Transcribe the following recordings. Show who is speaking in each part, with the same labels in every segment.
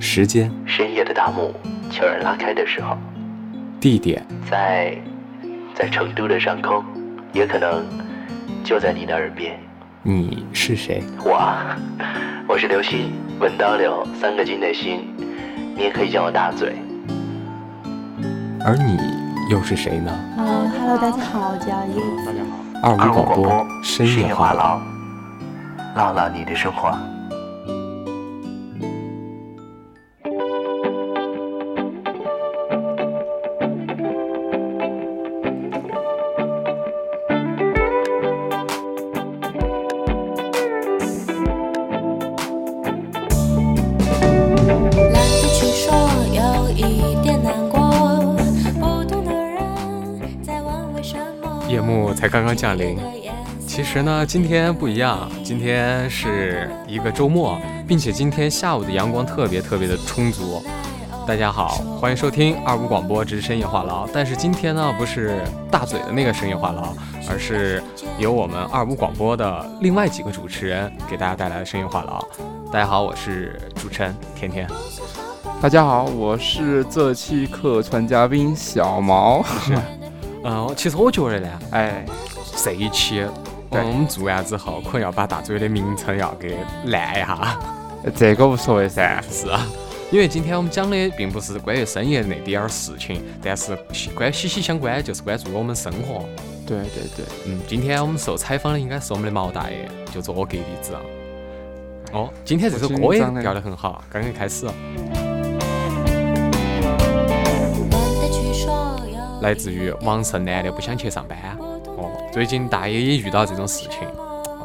Speaker 1: 时间、
Speaker 2: 深夜的大幕悄然拉开的时候，
Speaker 1: 地点，
Speaker 2: 在在成都的上空，也可能就在你的耳边。
Speaker 1: 你是谁？
Speaker 2: 我啊， 我是刘鑫，文刀刘，三个金的心，你也可以叫我大嘴。
Speaker 1: 而你又是谁呢？
Speaker 3: 嗯哈喽，大家好，我叫叶子。
Speaker 1: 二五
Speaker 2: 二五
Speaker 1: 广
Speaker 2: 广
Speaker 1: 播
Speaker 2: 播
Speaker 1: 深夜话
Speaker 2: 话
Speaker 1: 痨，
Speaker 2: 痨，唠唠你的生活。
Speaker 4: 懒得去说，有一点难过。不同的人在玩为什么？
Speaker 1: 夜幕才刚刚降临。其实呢，今天不一样，啊今天是一个周末，并且今天下午的阳光特别特别的充足。大家好，欢迎收听二五广播之深夜话痨。但是今天呢，不是大嘴的那个深夜话痨，而是由我们二五广播的另外几个主持人给大家带来的深夜话痨。大家好，我是主持人甜甜。
Speaker 5: 大家好，我是这期客串嘉宾小 毛。
Speaker 1: 嗯、其实我觉得呢，
Speaker 5: 哎，
Speaker 1: 这一期。我
Speaker 5: 对
Speaker 1: 们做完之后，可能要把大嘴的名称要给烂一下。
Speaker 5: 这个无所谓噻。
Speaker 1: 是啊，因为今天我们讲的并不是关于深夜那点儿事情，但是息关息息相关，就是关注我们生活。
Speaker 5: 对对对，
Speaker 1: 嗯，今天我们受采访的应该是我们的毛大爷，就坐我隔壁子啊。哦，今天这首歌也调得很好，刚刚开始，啊来自于王胜男的《不想去上班》。哦，最近大爷也遇到这种事情，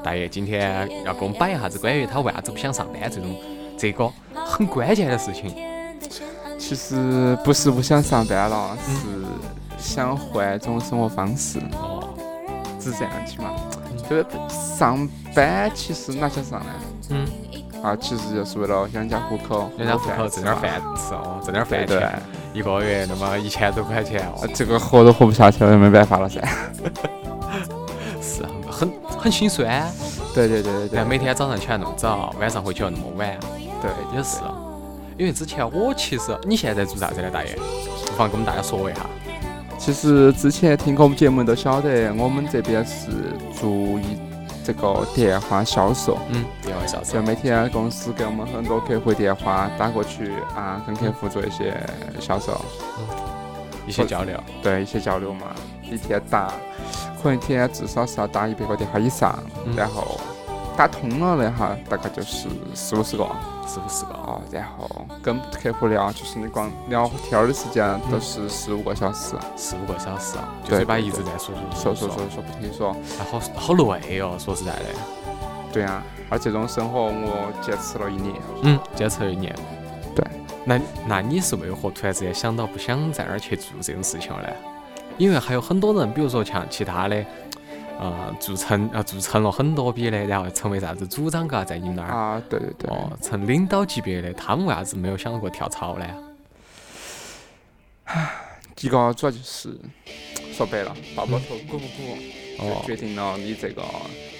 Speaker 1: 大爷今天要给我们摆一下子关于他为啥子不想上班这种这个很关键的事情。
Speaker 5: 其实不是不想上班了，是想换一种生活方式，
Speaker 1: 哦，
Speaker 5: 是这样起嘛。对，上班其实哪想上呢？
Speaker 1: 嗯，
Speaker 5: 啊，其实就是为了养家糊口，
Speaker 1: 人家户口挣点儿饭
Speaker 5: 饭
Speaker 1: 吃哦，挣点儿
Speaker 5: 吃嘛。
Speaker 1: 饭
Speaker 5: 对对，
Speaker 1: 钱。
Speaker 5: 啊
Speaker 1: 一个月那么一千多块钱哦，
Speaker 5: 这个活都活不下去了，没办法了噻。
Speaker 1: 是很很很心酸。
Speaker 5: 对对对对
Speaker 1: 然后
Speaker 5: 对，
Speaker 1: 每天早上起来那么早，晚上回去又那么晚，
Speaker 5: 对
Speaker 1: 也是。因为之前我其实，你现在在做啥子呢，大爷？不妨跟我们大家说一下。
Speaker 5: 其实之前听过我们节目都晓得，我们这边是做一这个电话销售，
Speaker 1: 嗯，电话销售
Speaker 5: 就。每天公司给我们很多客户电话打过去啊，跟客户做一些销售，
Speaker 1: 一些交流。
Speaker 5: 对一些交流嘛。一天打，可能一天至少是要打一百个电话以上，
Speaker 1: 嗯
Speaker 5: 然后打通了的哈，大概就是四五十个
Speaker 1: 是不是个？
Speaker 5: 哦，然后跟客户聊，就是你光聊天儿的时间都是十五个小时，
Speaker 1: 四五个小时啊，就
Speaker 5: 对
Speaker 1: 嘴巴
Speaker 5: 对
Speaker 1: 一直
Speaker 5: 对
Speaker 1: 在说说
Speaker 5: 说说
Speaker 1: 说
Speaker 5: 说，说不停说。
Speaker 1: 哎，好好累哦，说实在的。
Speaker 5: 对啊，而这种生活我坚持了一年。
Speaker 1: 嗯，坚持了一年。
Speaker 5: 对。
Speaker 1: 那那你是为何突然之间想到不想在那儿去做这种事情了呢？因为还有很多人，比如说像其他的，呃，做成呃做成了很多笔的，然后成为啥子组长嘎，在你们那儿、
Speaker 5: 啊，对对对，
Speaker 1: 哦，成领导级别的，他们为啥子没有想过跳槽呢？
Speaker 5: 一个主要就是说白了，抱抱头鼓不鼓，就
Speaker 1: 嗯哦
Speaker 5: 决定了你这个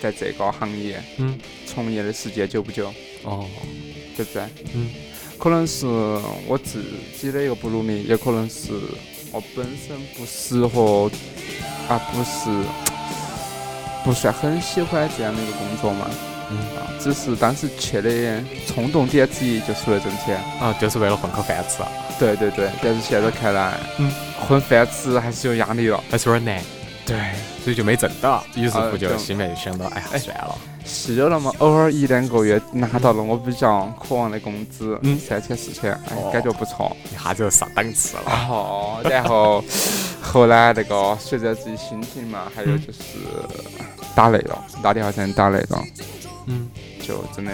Speaker 5: 在这个行业
Speaker 1: 嗯
Speaker 5: 从业的时间久不久，
Speaker 1: 哦
Speaker 5: 对不对？
Speaker 1: 嗯，
Speaker 5: 可能是我自己的一个不努力，也可能是我本身不适合啊，不是不算很喜欢这样的一个工作嘛。
Speaker 1: 嗯
Speaker 5: 啊，只是当时去的冲动点之一就是为了挣钱。
Speaker 1: 啊，就是为了混口饭吃，啊
Speaker 5: 对对对，但是现在看来，
Speaker 1: 嗯，
Speaker 5: 混饭吃还是有压力了。
Speaker 1: 还是有点难，
Speaker 5: 对，
Speaker 1: 所以就没挣到，于是
Speaker 5: 啊
Speaker 1: 乎就
Speaker 5: 对
Speaker 1: 心里面就想到，哎呀，算了，
Speaker 5: 是有那么偶尔一两个月拿到了我比较渴望的工资，
Speaker 1: 嗯
Speaker 5: 三千四千，哎
Speaker 1: 哦，
Speaker 5: 感觉不错。
Speaker 1: 一下子就上档次了。
Speaker 5: 哦，然后后来那个随着自己心情嘛，还有就是打累了，打电话真的打累了，
Speaker 1: 嗯
Speaker 5: 就真的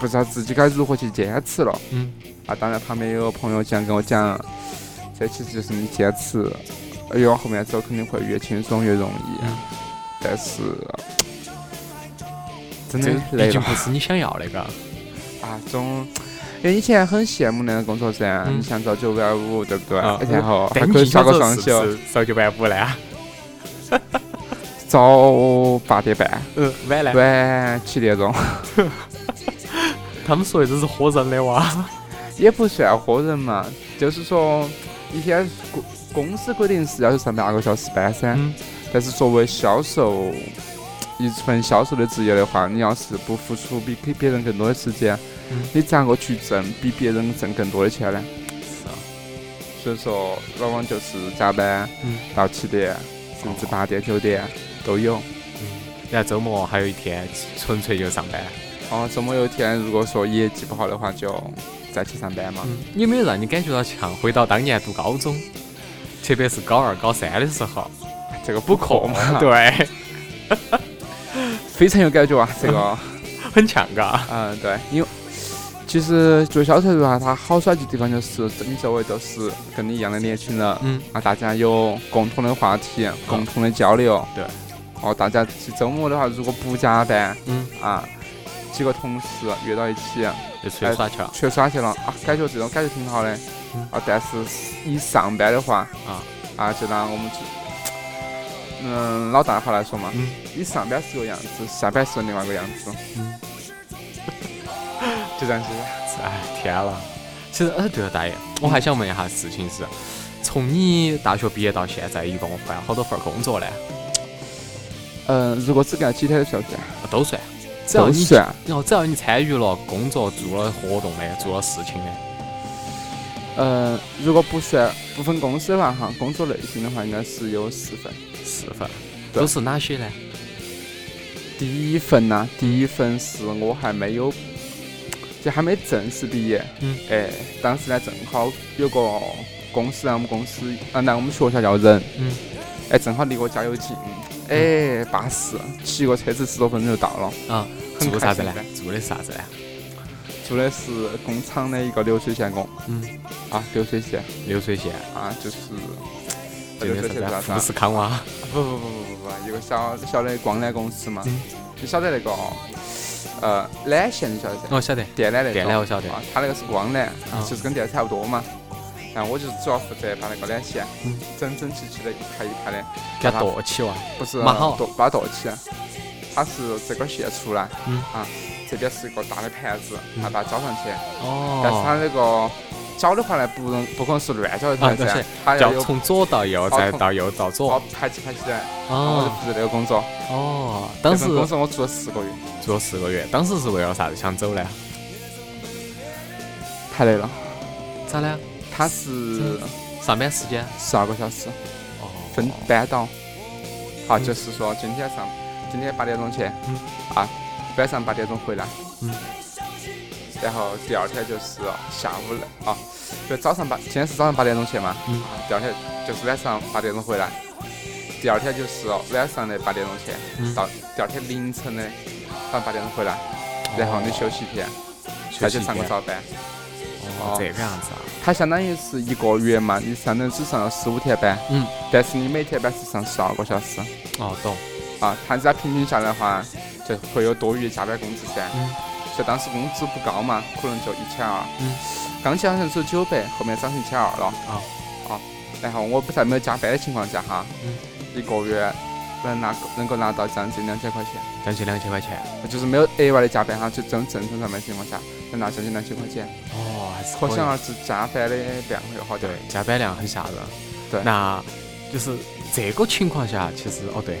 Speaker 5: 不知道自己该如何去坚持了。
Speaker 1: 嗯，
Speaker 5: 啊，当然旁边也有朋友讲跟我讲，这其实就是你坚持，越哎往后面走肯定会越轻松越容易，啊
Speaker 1: 嗯
Speaker 5: 但是真
Speaker 1: 这
Speaker 5: 的
Speaker 1: 毕
Speaker 5: 累
Speaker 1: 竟
Speaker 5: 了
Speaker 1: 不是你想要的，嘎。
Speaker 5: 啊，总。因为以前很羡慕那个工作噻，
Speaker 1: 嗯
Speaker 5: 你像朝九晚五，对不对？
Speaker 1: 啊
Speaker 5: 然后哎还
Speaker 1: 但你
Speaker 5: 可以
Speaker 1: 今
Speaker 5: 耍
Speaker 1: 天
Speaker 5: 个
Speaker 1: 早
Speaker 5: 双
Speaker 1: 是
Speaker 5: 休
Speaker 1: 不，啊是早九晚五呢？
Speaker 5: 早八点半，
Speaker 1: 嗯，晚呢？
Speaker 5: 晚七点钟。
Speaker 1: 他们说的这是唬人的哇。
Speaker 5: 也不喜欢活人嘛，就是说一天公公司规定是要求上班二个小时班噻，
Speaker 1: 嗯
Speaker 5: 但是作为销售，一份销售的职业的话，你要是不付出比给别人更多的时间，
Speaker 1: 嗯
Speaker 5: 你咋个去挣比别人挣更多的钱呢？
Speaker 1: 是啊
Speaker 5: 所以说，往往就是加班
Speaker 1: 嗯
Speaker 5: 到七点，甚至八点九点都有。
Speaker 1: 那周末还有一天纯粹就上班，
Speaker 5: 哦，周末有一天如果说业绩不好的话，就再去上班嘛。
Speaker 1: 有没有让你感觉到像回到当年读高中，特别是高二、高三的时候？
Speaker 5: 这个不可嘛，
Speaker 1: 对，
Speaker 5: 非常有感觉啊，这个。
Speaker 1: 很强嘎。
Speaker 5: 嗯，对，因为其实做销售的话，它好耍的地方就是你周围都是跟你一样的年轻人，
Speaker 1: 嗯，
Speaker 5: 啊，大家有共同的话题，共同的交流，
Speaker 1: 对。
Speaker 5: 哦，大家其实周末的话，如果不加班，
Speaker 1: 嗯，
Speaker 5: 啊，几个同事约到一起
Speaker 1: 就出去
Speaker 5: 哎
Speaker 1: 耍去了
Speaker 5: 去耍去了，啊，感觉这种感觉挺好的，
Speaker 1: 嗯
Speaker 5: 啊，但是一上班的话，
Speaker 1: 啊，
Speaker 5: 啊，就拿我们这。嗯，老大话来说嘛，
Speaker 1: 嗯
Speaker 5: 你上班是个样子，下班是另外一个样子，
Speaker 1: 嗯，
Speaker 5: 就这样子。
Speaker 1: 哎，天了。其实，哎，对了，大爷，我还想问一下事情是，从你大学毕业到现在，一共换了好多份工作呢？
Speaker 5: 嗯，如果只干几天的票价，
Speaker 1: 都算，只要
Speaker 5: 都
Speaker 1: 你
Speaker 5: 算。
Speaker 1: 然后只要你参与了工作、做了活动的、做了事情的，
Speaker 5: 嗯，如果不算不分公司的话，哈，工作类型的话，应该是有四份。
Speaker 1: 四份，
Speaker 5: 对
Speaker 1: 都是哪些呢？
Speaker 5: 第一份呢，第一份是我还没有，就还没正式毕业。
Speaker 1: 嗯。
Speaker 5: 哎，当时呢，正好有个公司让我们公司，啊，来我们学校要人。
Speaker 1: 嗯。
Speaker 5: 哎，正好离我家又近。哎，巴适，骑个车子十多分钟就到了。
Speaker 1: 啊，
Speaker 5: 很
Speaker 1: 做啥子
Speaker 5: 开心
Speaker 1: 呢
Speaker 5: 的？
Speaker 1: 做的啥子呢？
Speaker 5: 做的是工厂的一个流水线工
Speaker 1: 嗯，
Speaker 5: 啊，流水线
Speaker 1: 流水线，
Speaker 5: 啊，就是。
Speaker 1: 就
Speaker 5: 流水
Speaker 1: 那
Speaker 5: 线
Speaker 1: 啥
Speaker 5: 啥
Speaker 1: 子啊，富士康哇，
Speaker 5: 不不不不不不，有个小小的光缆公司嘛
Speaker 1: 嗯，
Speaker 5: 就晓得那个呃缆线，哦你晓得噻？
Speaker 1: 我晓得，
Speaker 5: 电缆那种。
Speaker 1: 电缆我晓得
Speaker 5: 啊，它那个是光缆
Speaker 1: 啊，
Speaker 5: 就是跟电差不多嘛。然后我就是主要负责把那个缆线
Speaker 1: 嗯
Speaker 5: 整整齐齐的一排一排的，
Speaker 1: 给它剁起哇，
Speaker 5: 不是
Speaker 1: 蛮好
Speaker 5: 剁把它剁起来。它是这根线出来，
Speaker 1: 嗯
Speaker 5: 啊，这边是一个大的盘子，
Speaker 1: 嗯
Speaker 5: 它把它绞上去。但是它
Speaker 1: 哦，
Speaker 5: 那个绞的话呢，不能不可能是乱绞一
Speaker 1: 啊
Speaker 5: 团
Speaker 1: 对
Speaker 5: 噻
Speaker 1: 是，
Speaker 5: 它要
Speaker 1: 叫
Speaker 5: 有
Speaker 1: 从左到右，
Speaker 5: 好
Speaker 1: 再
Speaker 5: 从
Speaker 1: 到右到
Speaker 5: 把
Speaker 1: 左，啊
Speaker 5: 排起排起来。然后我就
Speaker 1: 哦
Speaker 5: 负责这个工作。
Speaker 1: 哦，当时
Speaker 5: 这份工作我做了四个月，
Speaker 1: 做了四个月，当时是为了啥子想走呢？
Speaker 5: 太累了。
Speaker 1: 咋呢？
Speaker 5: 它是
Speaker 1: 上班时间
Speaker 5: 十二个小时
Speaker 1: 哦，
Speaker 5: 分班倒，好，就是说今天上今天八点钟去
Speaker 1: 嗯，
Speaker 5: 啊，晚上八点钟回来，
Speaker 1: 嗯，
Speaker 5: 然后第二天就是哦下午了啊，就早上八，今天是早上八点钟去嘛，
Speaker 1: 嗯
Speaker 5: 啊，第二天就是晚上八点钟回来，第二天就是哦晚上的八点钟去，
Speaker 1: 嗯
Speaker 5: 到第二天凌晨的早上八点钟回来，然后你休息一天，再去
Speaker 1: 哦休息一
Speaker 5: 上个
Speaker 1: 天
Speaker 5: 早班。
Speaker 1: 哦，这个样子啊，
Speaker 5: 它相当于是一个月嘛，你相当于只上了十五天班，
Speaker 1: 嗯，
Speaker 5: 但是你每天班是上十二个小时
Speaker 1: 哦，懂，
Speaker 5: 啊，它这样平均下来的话，就会有多余的加班工资噻。
Speaker 1: 嗯
Speaker 5: 所以当时工资不高嘛，可能就一千二。
Speaker 1: 嗯。
Speaker 5: 刚起好像只有九百，后面涨成一千二了。
Speaker 1: 啊。
Speaker 5: 啊，然后我不在没有加班的情况下哈，
Speaker 1: 嗯
Speaker 5: 一个月能拿能够拿到将近两千块钱，
Speaker 1: 将近两千块钱，
Speaker 5: 就是没有额外的加班哈，就正正常上班情况下能拿将近两千块钱，
Speaker 1: 哦，还是
Speaker 5: 可
Speaker 1: 以
Speaker 5: 想而知加班的量会有好点
Speaker 1: 对。，加班量很吓人。
Speaker 5: 对
Speaker 1: 那就是这个情况下，其实哦对，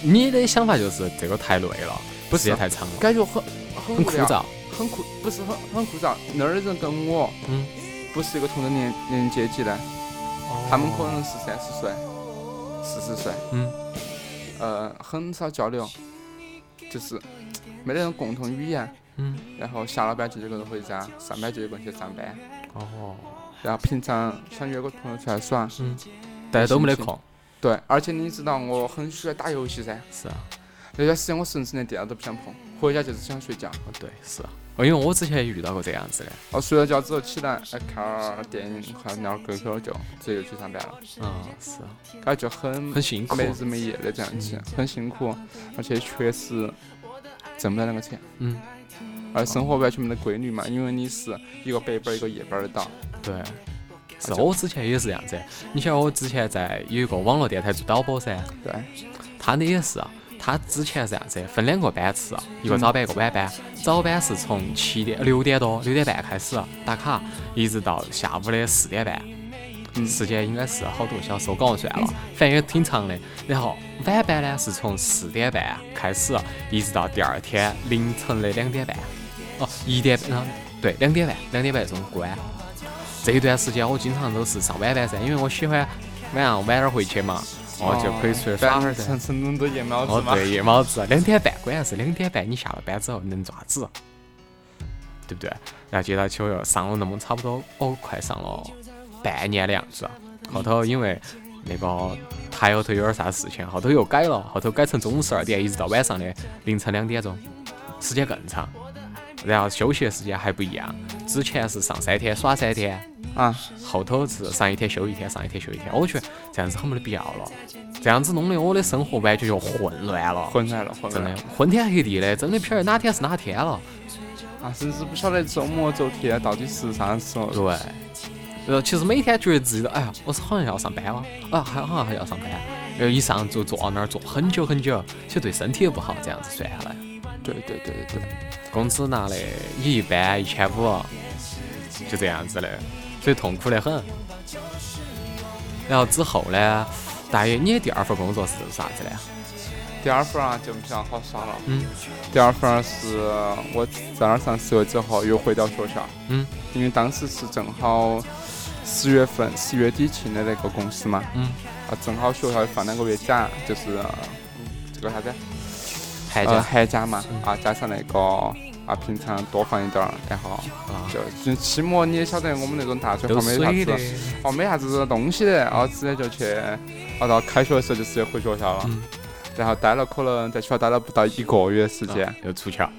Speaker 1: 你的想法就是这个太累了，
Speaker 5: 不
Speaker 1: 时间
Speaker 5: 是
Speaker 1: 太长了，
Speaker 5: 感觉很很
Speaker 1: 很
Speaker 5: 无
Speaker 1: 枯
Speaker 5: 聊，
Speaker 1: 燥。
Speaker 5: 很枯不是很很枯燥。那儿的人跟我
Speaker 1: 嗯，
Speaker 5: 不是一个同等年年龄阶级的，他们可
Speaker 1: 哦
Speaker 5: 能是三十岁、四十岁，
Speaker 1: 嗯，
Speaker 5: 呃，很少交流，就是没得那种共同语言。
Speaker 1: 嗯
Speaker 5: 然后下了班就一个人回家，上班就一个人去上班，
Speaker 1: 哦
Speaker 5: 然后平常想约个朋友出来耍，
Speaker 1: 嗯，大家都没得空，
Speaker 5: 对，而且你知道我很喜欢打游戏噻，
Speaker 1: 是啊，
Speaker 5: 那段时间我甚至连电脑都不想碰，回家就是想睡觉。
Speaker 1: 哦对是啊，哦因为我之前也遇到过这样子的，
Speaker 5: 哦，睡了觉之后起来，哎，看会儿电影，看会儿 QQ 就直接又去上班了，
Speaker 1: 嗯是啊，
Speaker 5: 感觉很
Speaker 1: 很辛苦
Speaker 5: 没，日没夜的这样子，很辛苦，而且确实挣不到那个钱，
Speaker 1: 嗯
Speaker 5: 而生活完全没得规律嘛，因为你是一个白班儿一个夜班儿的倒，
Speaker 1: 对。是
Speaker 5: 而且
Speaker 1: 我之前也是这样子，你晓得我之前在有一个网络电台做导播噻，
Speaker 5: 对，
Speaker 1: 他的也是啊，他之前是这样子，分两个班次，啊一个早班，一个晚班。早班是从七点六点多六点半开始打卡，一直到下午的四点半。
Speaker 5: 嗯
Speaker 1: 时间应该是好多个小时，我搞忘算了，反正也挺长的。然后晚班呢是从四点半开始，一直到第二天凌晨的两点半，哦，一点半，对，两点半，两点半钟关。这一段时间我经常都是上晚班噻，因为我喜欢晚上晚点儿回去嘛，我就可以出去耍会儿噻
Speaker 5: 啊成。成都的夜猫子
Speaker 1: 哦，
Speaker 5: 嘛。
Speaker 1: 对，夜猫子，两点半，关键是两点半你下了班之后能爪子，对不对？然后接到秋游上了那么差不多，哦，快上了半年的样子。后头因为那个台后头有点啥事情，后头又改了，后头改成中午十二点一直到晚上的凌晨两点钟，时间更长。然后休息的时间还不一样，之前是上三天耍三天，
Speaker 5: 啊，
Speaker 1: 后头是上一天休一天，上一天休一天。我觉得这样子很没得必要了，这样子弄得我的生活完全就混乱了，
Speaker 5: 混来了，混
Speaker 1: 真
Speaker 5: 来
Speaker 1: 的
Speaker 5: 了。
Speaker 1: 昏天黑地的，真的不晓得哪天是哪天了。
Speaker 5: 啊，甚至不晓得周末周天到底是啥时候。
Speaker 1: 对，然后其实每天觉得自己都，哎呀，我是好像要上班了，啊，还好像还要上班，然后一上就坐到那儿坐很久很久，其实对身体也不好，这样子算下来，
Speaker 5: 对对对对对，
Speaker 1: 工资拿的也一般，一千五，就这样子的，所以痛苦得很。然后之后呢，大爷，你的第二份工作是啥子呢？
Speaker 5: 第二份啊就不想好耍了。
Speaker 1: 嗯
Speaker 5: 第二份儿是我在那儿上十月之后又回到学校，
Speaker 1: 嗯
Speaker 5: 因为当时是正好十月份十月底请的那个公司嘛，
Speaker 1: 嗯，
Speaker 5: 啊，正好学校放两个月假，就是、呃这个啥子？
Speaker 1: 寒假
Speaker 5: 呃，寒假嘛，
Speaker 1: 嗯
Speaker 5: 啊，加上那个啊，平常多放一点儿，然后
Speaker 1: 啊，
Speaker 5: 就就期末你也晓得我们那种大学
Speaker 1: 都
Speaker 5: 好没啥
Speaker 1: 水的
Speaker 5: 子，，哦没啥子东西的，然后直接就去，啊到开学的时候就直接回学校了，
Speaker 1: 嗯
Speaker 5: 然后待了可能在学校待了不到一个月时间，
Speaker 1: 啊又出去了，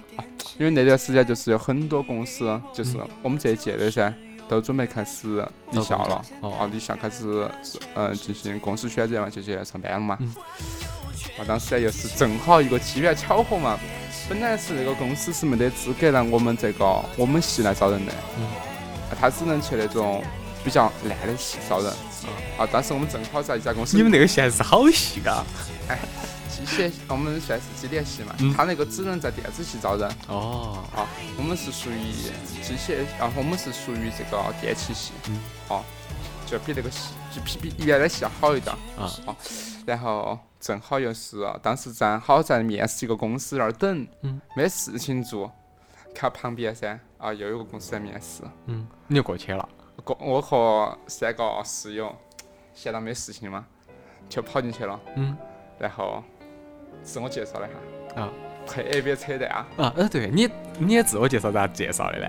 Speaker 5: 因为那段时间就是有很多公司，就是
Speaker 1: 嗯
Speaker 5: 我们这一届的噻，都准备开始离校了，
Speaker 1: 哦
Speaker 5: 哦，离校开始嗯、呃进行公司选择嘛，就去上班了嘛。
Speaker 1: 嗯
Speaker 5: 我当时又是正好一个机缘巧合嘛，本来是那个公司是没得资格让我们这个我们系来招人的，
Speaker 1: 嗯
Speaker 5: 啊他只能去那种比较烂的系招人。啊，当时我们正好在一家公司，
Speaker 1: 嗯那个现在是好细嘎。
Speaker 5: 机械，我们算是机电系嘛，
Speaker 1: 嗯
Speaker 5: 他那个只能在电子系招人。
Speaker 1: 哦，
Speaker 5: 啊，我们是属于机械，啊，我们是属于这个电气系，
Speaker 1: 嗯
Speaker 5: 啊，就比那个系，就比比原来系要好一点儿
Speaker 1: 啊
Speaker 5: 啊。然后正好又是啊当时正好在面试一个公司那儿等，
Speaker 1: 嗯
Speaker 5: 没事情做，看旁边噻，啊，又有个公司在面试，
Speaker 1: 嗯，你就过去了。
Speaker 5: 我我和三个室友闲到没事情嘛，就跑进去了，
Speaker 1: 嗯
Speaker 5: 然后自我介绍了一下，
Speaker 1: 啊
Speaker 5: 配 A B 扯淡啊。
Speaker 1: 啊，呃，对你你也自我介绍咋介绍的嘞？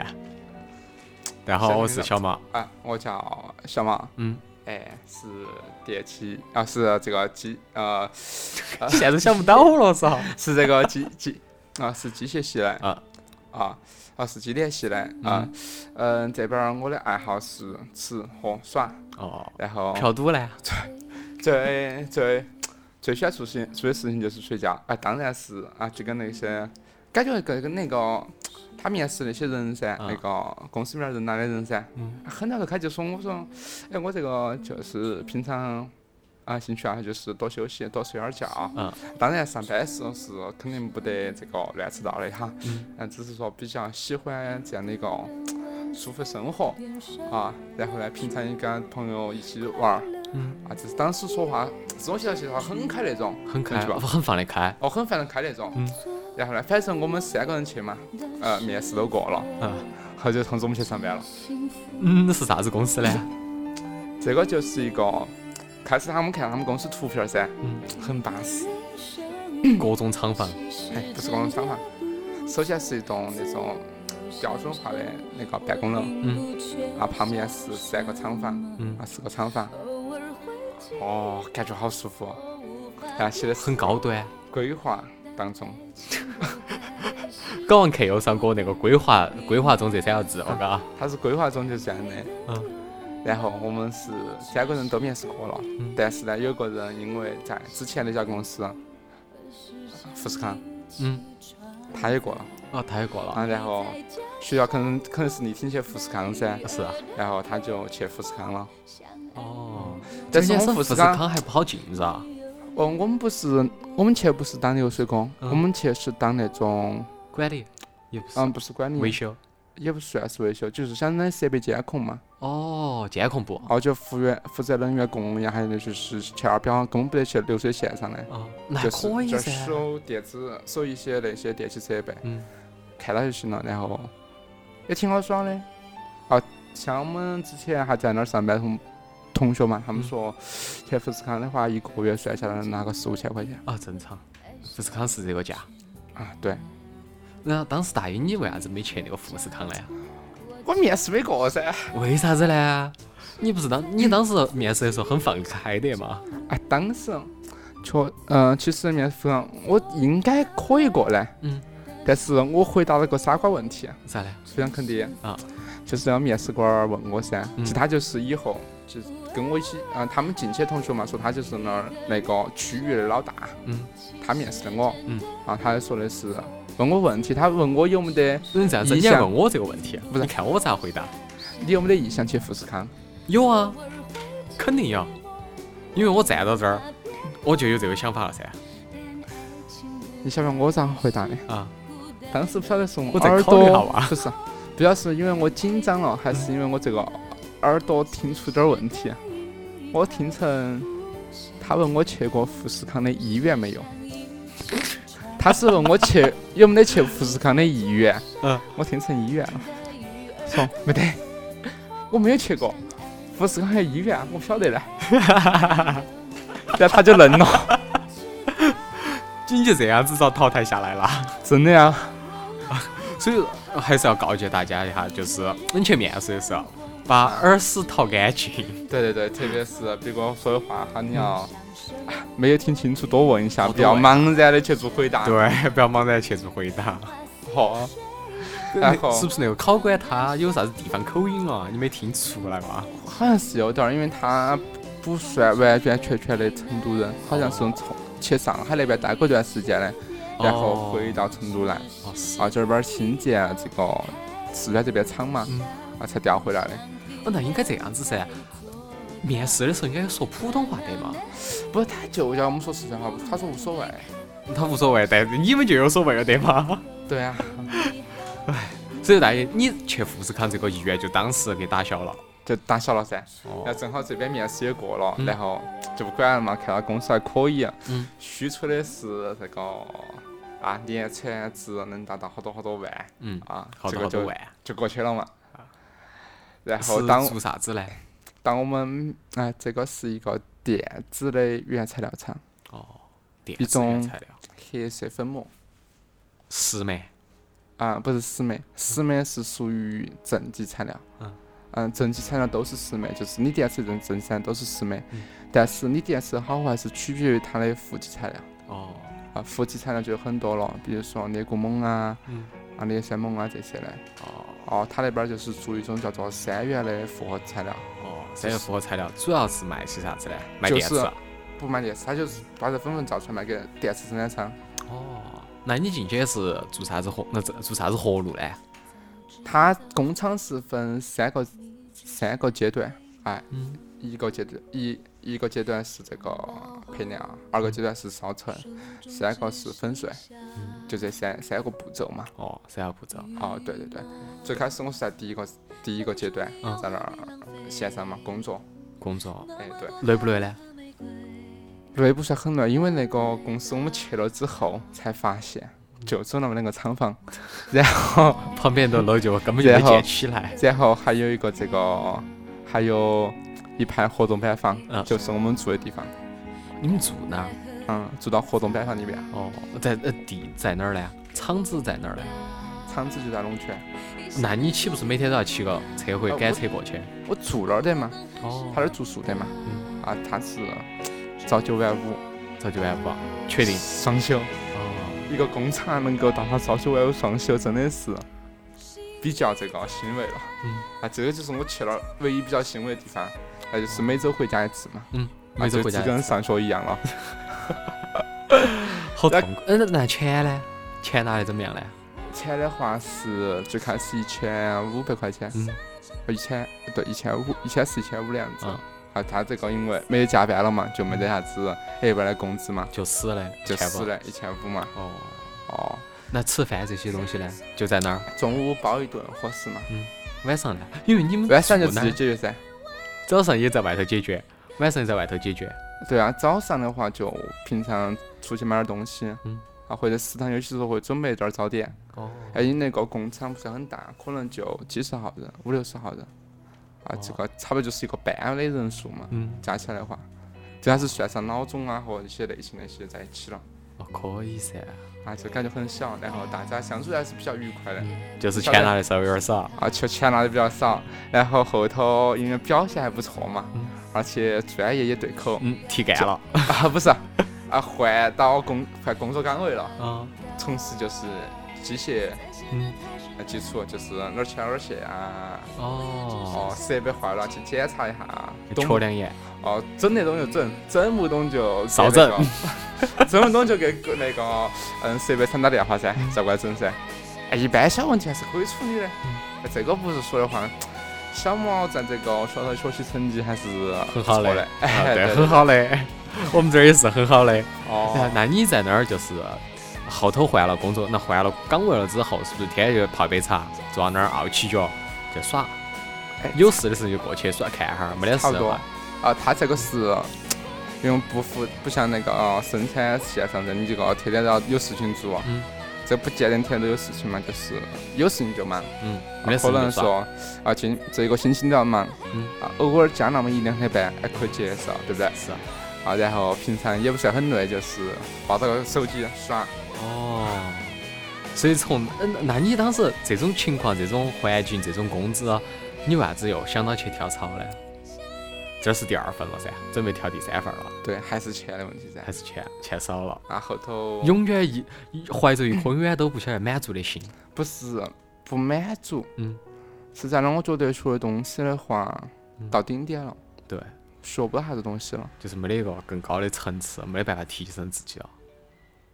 Speaker 1: 大家好，我是小马。
Speaker 5: 啊，我叫小马，
Speaker 1: 嗯，
Speaker 5: 哎，是电器啊，是这个机呃，
Speaker 1: 现在想不到了是吧？
Speaker 5: 是这个机机啊，是机械系的
Speaker 1: 啊
Speaker 5: 啊啊，是机电系的啊，嗯，这边儿我的爱好是吃喝耍，
Speaker 1: 哦，
Speaker 5: 然后
Speaker 1: 嫖赌嘞？
Speaker 5: 最最最喜欢做事情做的事情就是睡觉啊，当然是啊，就跟那些感觉跟跟那个他面试那些人噻，
Speaker 1: 啊
Speaker 5: 那个公司里面儿人来的人噻，
Speaker 1: 嗯
Speaker 5: 很早就开始说我说，哎，我这个就是平常。啊，兴趣爱好就是多休息，多睡点儿觉。
Speaker 1: 啊
Speaker 5: 当然，上班的时候是肯定不得这个乱吃到的哈。
Speaker 1: 嗯。
Speaker 5: 只是说比较喜欢这样的一个舒服生活啊，然后呢，平常也跟朋友一起玩儿。
Speaker 1: 嗯，
Speaker 5: 啊，就是当时说话自我介绍介绍很开那种，
Speaker 1: 很开，
Speaker 5: 是吧？
Speaker 1: 很放得开。
Speaker 5: 哦，很放得开那种。
Speaker 1: 嗯
Speaker 5: 然后呢，反正我们三个人去嘛，呃，面试都过了，
Speaker 1: 啊，
Speaker 5: 然后就通知我们去上班了。
Speaker 1: 嗯，是啥子公司嘞？
Speaker 5: 这个就是一个，开始他们看他们公司图片儿噻，
Speaker 1: 嗯，
Speaker 5: 很巴适，
Speaker 1: 各种厂房。
Speaker 5: 哎，不是广东商场，首先是一栋那种标准化的那个办公楼，
Speaker 1: 嗯
Speaker 5: 啊，旁边是三个厂房，
Speaker 1: 嗯
Speaker 5: 啊，，四个厂房，哦，感觉好舒服哦，然后写的是
Speaker 1: 很高端。
Speaker 5: 规划当中，
Speaker 1: 搞完课又上过那个规划规划中这三个字，我嘎。
Speaker 5: 它是规划中就是这样的。
Speaker 1: 嗯
Speaker 5: 然后我们是三个人都面试过了，
Speaker 1: 嗯
Speaker 5: 但是呢，有个人因为在之前那家公司，富士康，
Speaker 1: 嗯，
Speaker 5: 他也过了
Speaker 1: 哦，他也过了。
Speaker 5: 啊。然后学校可能可能是你听去富士康噻，
Speaker 1: 是啊。
Speaker 5: 然后他就去富士康了。
Speaker 1: 哦。
Speaker 5: 但是我
Speaker 1: 这
Speaker 5: 们
Speaker 1: 富
Speaker 5: 富士
Speaker 1: 士
Speaker 5: 康，
Speaker 1: 康还不好进是吧？
Speaker 5: 嗯，我们不是，我们去不是当流水工，
Speaker 1: 嗯
Speaker 5: 我们去是当那种，
Speaker 1: 管理也不是
Speaker 5: 嗯，不是管
Speaker 1: 维
Speaker 5: 理，
Speaker 1: 修
Speaker 5: 也不算是维修，就是相当于设备监控嘛。
Speaker 1: 哦，监控部
Speaker 5: 而且服务员负责人员供应，还有就是去二标，根本不得去流水线上的，
Speaker 1: 哦，那
Speaker 5: 就是
Speaker 1: 可以
Speaker 5: 就
Speaker 1: 噻，
Speaker 5: 收电子，收一些那些电器设备，
Speaker 1: 嗯，
Speaker 5: 看到就行了，然后也挺好爽的。啊，像我们之前还在那儿上班同同学嘛，他
Speaker 1: 嗯
Speaker 5: 们说去富士康的话，一个月算下来能拿个四五千块钱
Speaker 1: 啊，正常，富士康是这个价。
Speaker 5: 啊，对。
Speaker 1: 那当时大一你为啥子没去那个富士康呢？
Speaker 5: 我面试没过噻。
Speaker 1: 为啥子呢？你不是当你当时面试的时候很放开的嘛？
Speaker 5: 啊，当时确，嗯、其实面试上我应该可以过嘞。
Speaker 1: 嗯。
Speaker 5: 但是我回答了个傻瓜问题，啊
Speaker 1: 咋呢？
Speaker 5: 非常坑爹
Speaker 1: 啊！
Speaker 5: 就是让面试官儿问我噻，
Speaker 1: 嗯
Speaker 5: 其他就是以后就跟我一起，啊、他们进去的同学嘛，说他就是那儿那个区域的老大。
Speaker 1: 嗯。
Speaker 5: 他面试的我。
Speaker 1: 嗯。
Speaker 5: 啊，他说的是问我问题，他问我有没得
Speaker 1: 你这样子，
Speaker 5: 一
Speaker 1: 你还问
Speaker 5: 向
Speaker 1: 我这个问题，啊
Speaker 5: 不是
Speaker 1: 你看我咋回答？
Speaker 5: 你有没得意向去富士康？
Speaker 1: 有啊，肯定有，因为我站到这儿，我就有这个想法了噻。
Speaker 5: 你晓不晓得我咋回答的？
Speaker 1: 啊，
Speaker 5: 当时不晓得是
Speaker 1: 我
Speaker 5: 我
Speaker 1: 再
Speaker 5: 耳
Speaker 1: 考虑
Speaker 5: 朵
Speaker 1: 一下吧
Speaker 5: 不是，不知道是因为我紧张了，还是因为我这个耳朵听出点儿问题。啊我听成他问我去过富士康的医院没有，他是问我去 有没得去富士康的医院，
Speaker 1: 嗯，
Speaker 5: 我听成医院了，说没得，我没有去过富士康还有医院，我不晓得嘞。 然后他就愣了，
Speaker 1: 你就这样子遭淘汰下来了。
Speaker 5: 真的啊呀，
Speaker 1: 所以呃还是要告诫大家一下，就是你去面试的时候，把耳屎掏干 净，
Speaker 5: 对对对，特别是别个说的话，喊你要、啊没有听清楚，多问一下，
Speaker 1: 嗯哦多
Speaker 5: 不要
Speaker 1: 问
Speaker 5: 茫然的去做回答。，
Speaker 1: 对，不要茫然去做回答。哎
Speaker 5: 好，啊然后
Speaker 1: 是不是那个考官他有啥子地方口音啊？你没听出来嘛？
Speaker 5: 好像是有点儿，因为他不算完全全全的成都人，好像是从去上海那边待过一段时间的，然后回到成都来，
Speaker 1: 哦是，
Speaker 5: 啊，这边儿新建这个四川这边厂嘛
Speaker 1: 嗯，
Speaker 5: 啊才调回来的。
Speaker 1: 哦那应该这样子噻。面试的时候应该说普通话的嘛，
Speaker 5: 不是，他就叫我们说四川话，他说无所谓。
Speaker 1: 他无所谓，但是你们就有所谓了得嘛。
Speaker 5: 对啊，
Speaker 1: 所以大爷，你去富士康这个意愿就当时给打消了。
Speaker 5: 就打消了噻。然
Speaker 1: 哦
Speaker 5: 后正好这边面试也过了，
Speaker 1: 嗯
Speaker 5: 然后就不管了嘛，看到公司还可以。啊
Speaker 1: 嗯。
Speaker 5: 需求的是这个啊，年产值能达到好多好多万
Speaker 1: 嗯，
Speaker 5: 啊，
Speaker 1: 好
Speaker 5: 这
Speaker 1: 多
Speaker 5: 个
Speaker 1: 好多
Speaker 5: 就
Speaker 1: 万。啊
Speaker 5: 就过去了嘛。然后
Speaker 1: 是
Speaker 5: 当
Speaker 1: 做啥子呢？
Speaker 5: 当我们哎，这个是一个电子的原材料厂，
Speaker 1: 哦，电
Speaker 5: 一
Speaker 1: 子原
Speaker 5: 种
Speaker 1: 材料，
Speaker 5: 黑色粉末
Speaker 1: 石煤。
Speaker 5: 啊，不是石煤，石煤是属于正极材料。
Speaker 1: 嗯
Speaker 5: 嗯，正极材料都是石煤，就是锂电池、正正极材料都是石煤
Speaker 1: 嗯，
Speaker 5: 但是锂电池的好坏是取决于它的负极材料。
Speaker 1: 哦，
Speaker 5: 啊，负极材料就有很多了，比如说镍钴锰啊、
Speaker 1: 嗯，
Speaker 5: 啊镍酸锰啊这些的。
Speaker 1: 哦
Speaker 5: 哦，它那边儿就是做一种叫做三元的复合材料，
Speaker 1: 哦，三元复合材料主要是卖些啥子呢？卖电池
Speaker 5: 就是
Speaker 1: 啊。
Speaker 5: 不卖电池，它就是把这粉粉造出来卖给电池生产商。
Speaker 1: 哦，那你进去也是做啥子活？那这做啥子活路呢？
Speaker 5: 它工厂是分三个三个阶段，哎，
Speaker 1: 嗯，
Speaker 5: 一个阶段一一个阶段是这个配料，二个阶段是烧成，三个是粉碎，
Speaker 1: 嗯
Speaker 5: 就这三三个步骤嘛。
Speaker 1: 哦，三个步骤。
Speaker 5: 哦，对对对，最开始我是在第一个第一个阶段
Speaker 1: 嗯，
Speaker 5: 在那儿线上嘛工作，
Speaker 1: 工作
Speaker 5: 哎对。
Speaker 1: 累不累呢？
Speaker 5: 内部算很乱，因为那个公司我们去了之后才发现，就只有那么两个厂房，然后
Speaker 1: 旁边的楼就根本就没
Speaker 5: 然后
Speaker 1: 建起来。
Speaker 5: 然后还有一个这个，还有一排活动板房，
Speaker 1: 嗯
Speaker 5: 就是我们住的地方，
Speaker 1: 你们住哪儿？
Speaker 5: 嗯，住到活动板房里面，
Speaker 1: 哦，在呃地在哪儿呢？厂子在哪儿呢？
Speaker 5: 厂子就在龙泉，
Speaker 1: 那你岂不是每天都要骑个车回
Speaker 5: 呃
Speaker 1: 赶
Speaker 5: 我
Speaker 1: 车过去？
Speaker 5: 我住那儿的嘛，
Speaker 1: 哦
Speaker 5: 他那儿住宿的嘛，
Speaker 1: 嗯
Speaker 5: 啊，他是早九晚五，
Speaker 1: 早九晚五啊，确定？
Speaker 5: 双休，
Speaker 1: 哦，
Speaker 5: 一个工厂能够达到朝九晚五双休，真的是比较这个欣慰了。
Speaker 1: 嗯
Speaker 5: 啊，这个就是我去了唯一比较欣慰的地方，那就是每周回家一次嘛，
Speaker 1: 每周
Speaker 5: 啊就
Speaker 1: 嗯回家
Speaker 5: 只跟上学一样了。
Speaker 1: 好
Speaker 5: 那
Speaker 1: 痛苦。嗯，那那钱呢？钱拿的怎么样呢？
Speaker 5: 钱的话是最开始一千五百块钱，
Speaker 1: 嗯
Speaker 5: 一千对一千五，一千是一千五的样子。
Speaker 1: 啊，
Speaker 5: 啊，他这个因为没有加班了嘛，就没得啥子额外的工资嘛，
Speaker 1: 就死了，
Speaker 5: 就
Speaker 1: 嗯钱
Speaker 5: 是
Speaker 1: 吧。
Speaker 5: 了一千五嘛。
Speaker 1: 哦，
Speaker 5: 哦，
Speaker 1: 那吃饭这些东西呢，就在那儿。
Speaker 5: 中午包一顿合适嘛？
Speaker 1: 嗯晚上呢，因为你们
Speaker 5: 晚上就
Speaker 1: 住
Speaker 5: 直
Speaker 1: 呢
Speaker 5: 接解决噻。
Speaker 1: 早上也在外头解决，晚上也在外头解决。
Speaker 5: 对啊，早上的话就平常出去买点东西，
Speaker 1: 嗯
Speaker 5: 啊，或者食堂有些时候会准备点儿早点。
Speaker 1: 哦，
Speaker 5: 哎，你那个工厂不是很大，可能就几十号人，五六十号人，啊，这个差不多就是一个班的人数嘛。
Speaker 1: 哦嗯，
Speaker 5: 加起来的话，这还是算上老总啊和一些类型的一些在一起了，
Speaker 1: 哦，可以噻，
Speaker 5: 啊，这感觉很小，然后大家相处还是比较愉快的，
Speaker 1: 就是钱拿的稍微有点少。
Speaker 5: 而且钱拿的比较少，然后后头因为表现还不错嘛
Speaker 1: 嗯，
Speaker 5: 而且专业也对口，
Speaker 1: 嗯，提干了。
Speaker 5: 啊不是，啊换到工换工作岗位了，
Speaker 1: 啊，
Speaker 5: 从事就是机械
Speaker 1: 嗯，
Speaker 5: 呃基础，就是哪儿缺哪儿线啊。
Speaker 1: 哦，
Speaker 5: 哦，设备坏了去检查一下，懂
Speaker 1: 瞧两眼，
Speaker 5: 哦，整那种就整，整不懂就
Speaker 1: 少
Speaker 5: 给那个， 整不懂就给给那个嗯设备厂打电话噻，
Speaker 1: 嗯
Speaker 5: 再过来整噻。哎，一般小问题还是可以处理的。
Speaker 1: 嗯
Speaker 5: 哎这个不是说的话，小毛在这个学校学习成绩还是
Speaker 1: 很好
Speaker 5: 不
Speaker 1: 嘞
Speaker 5: 错的，
Speaker 1: 啊
Speaker 5: 哎，
Speaker 1: 对，很。好嘞。 我们这儿也是很好嘞。那
Speaker 5: 哦，
Speaker 1: 那你在那儿就是后头换了工作，那换了岗位了之后，是不是天天就泡杯茶，坐到那儿傲起脚就耍
Speaker 5: 哎？
Speaker 1: 有事的时候就过去耍看哈儿，没得事
Speaker 5: 差不
Speaker 1: 的
Speaker 5: 多
Speaker 1: 话，。
Speaker 5: 啊，他这个是。因为不符不像那个、呃、生产线上的你这个啊天天都要有事情做，
Speaker 1: 嗯
Speaker 5: 这不见得天天都有事情嘛，就是有事情就忙，
Speaker 1: 嗯，没得
Speaker 5: 啊可
Speaker 1: 事
Speaker 5: 能
Speaker 1: 就耍。
Speaker 5: 说啊，今这个星期都要忙，
Speaker 1: 嗯
Speaker 5: 啊，偶尔加那么一两天班还可以接受，对不对？
Speaker 1: 是啊
Speaker 5: 啊，然后平常也不算很累，就是抱着个手机耍。
Speaker 1: 哦，所以从嗯，那你当时这种情况、这种环境、这种工资，啊你为啥子又想到去跳槽呢？这是第二份了噻，准备跳第三份了，
Speaker 5: 对，还是钱的问题噻
Speaker 1: 还。是钱钱少了，
Speaker 5: 啊，后头
Speaker 1: 永远一一怀着一颗永远都不晓得满足的心。
Speaker 5: 不是不满足，
Speaker 1: 嗯，
Speaker 5: 是在让我觉得学的东西的话
Speaker 1: 嗯
Speaker 5: 到顶点了，
Speaker 1: 对，
Speaker 5: 学不到啥子东西了。
Speaker 1: 就是没得一个更高的层次，没得办法提升自己了。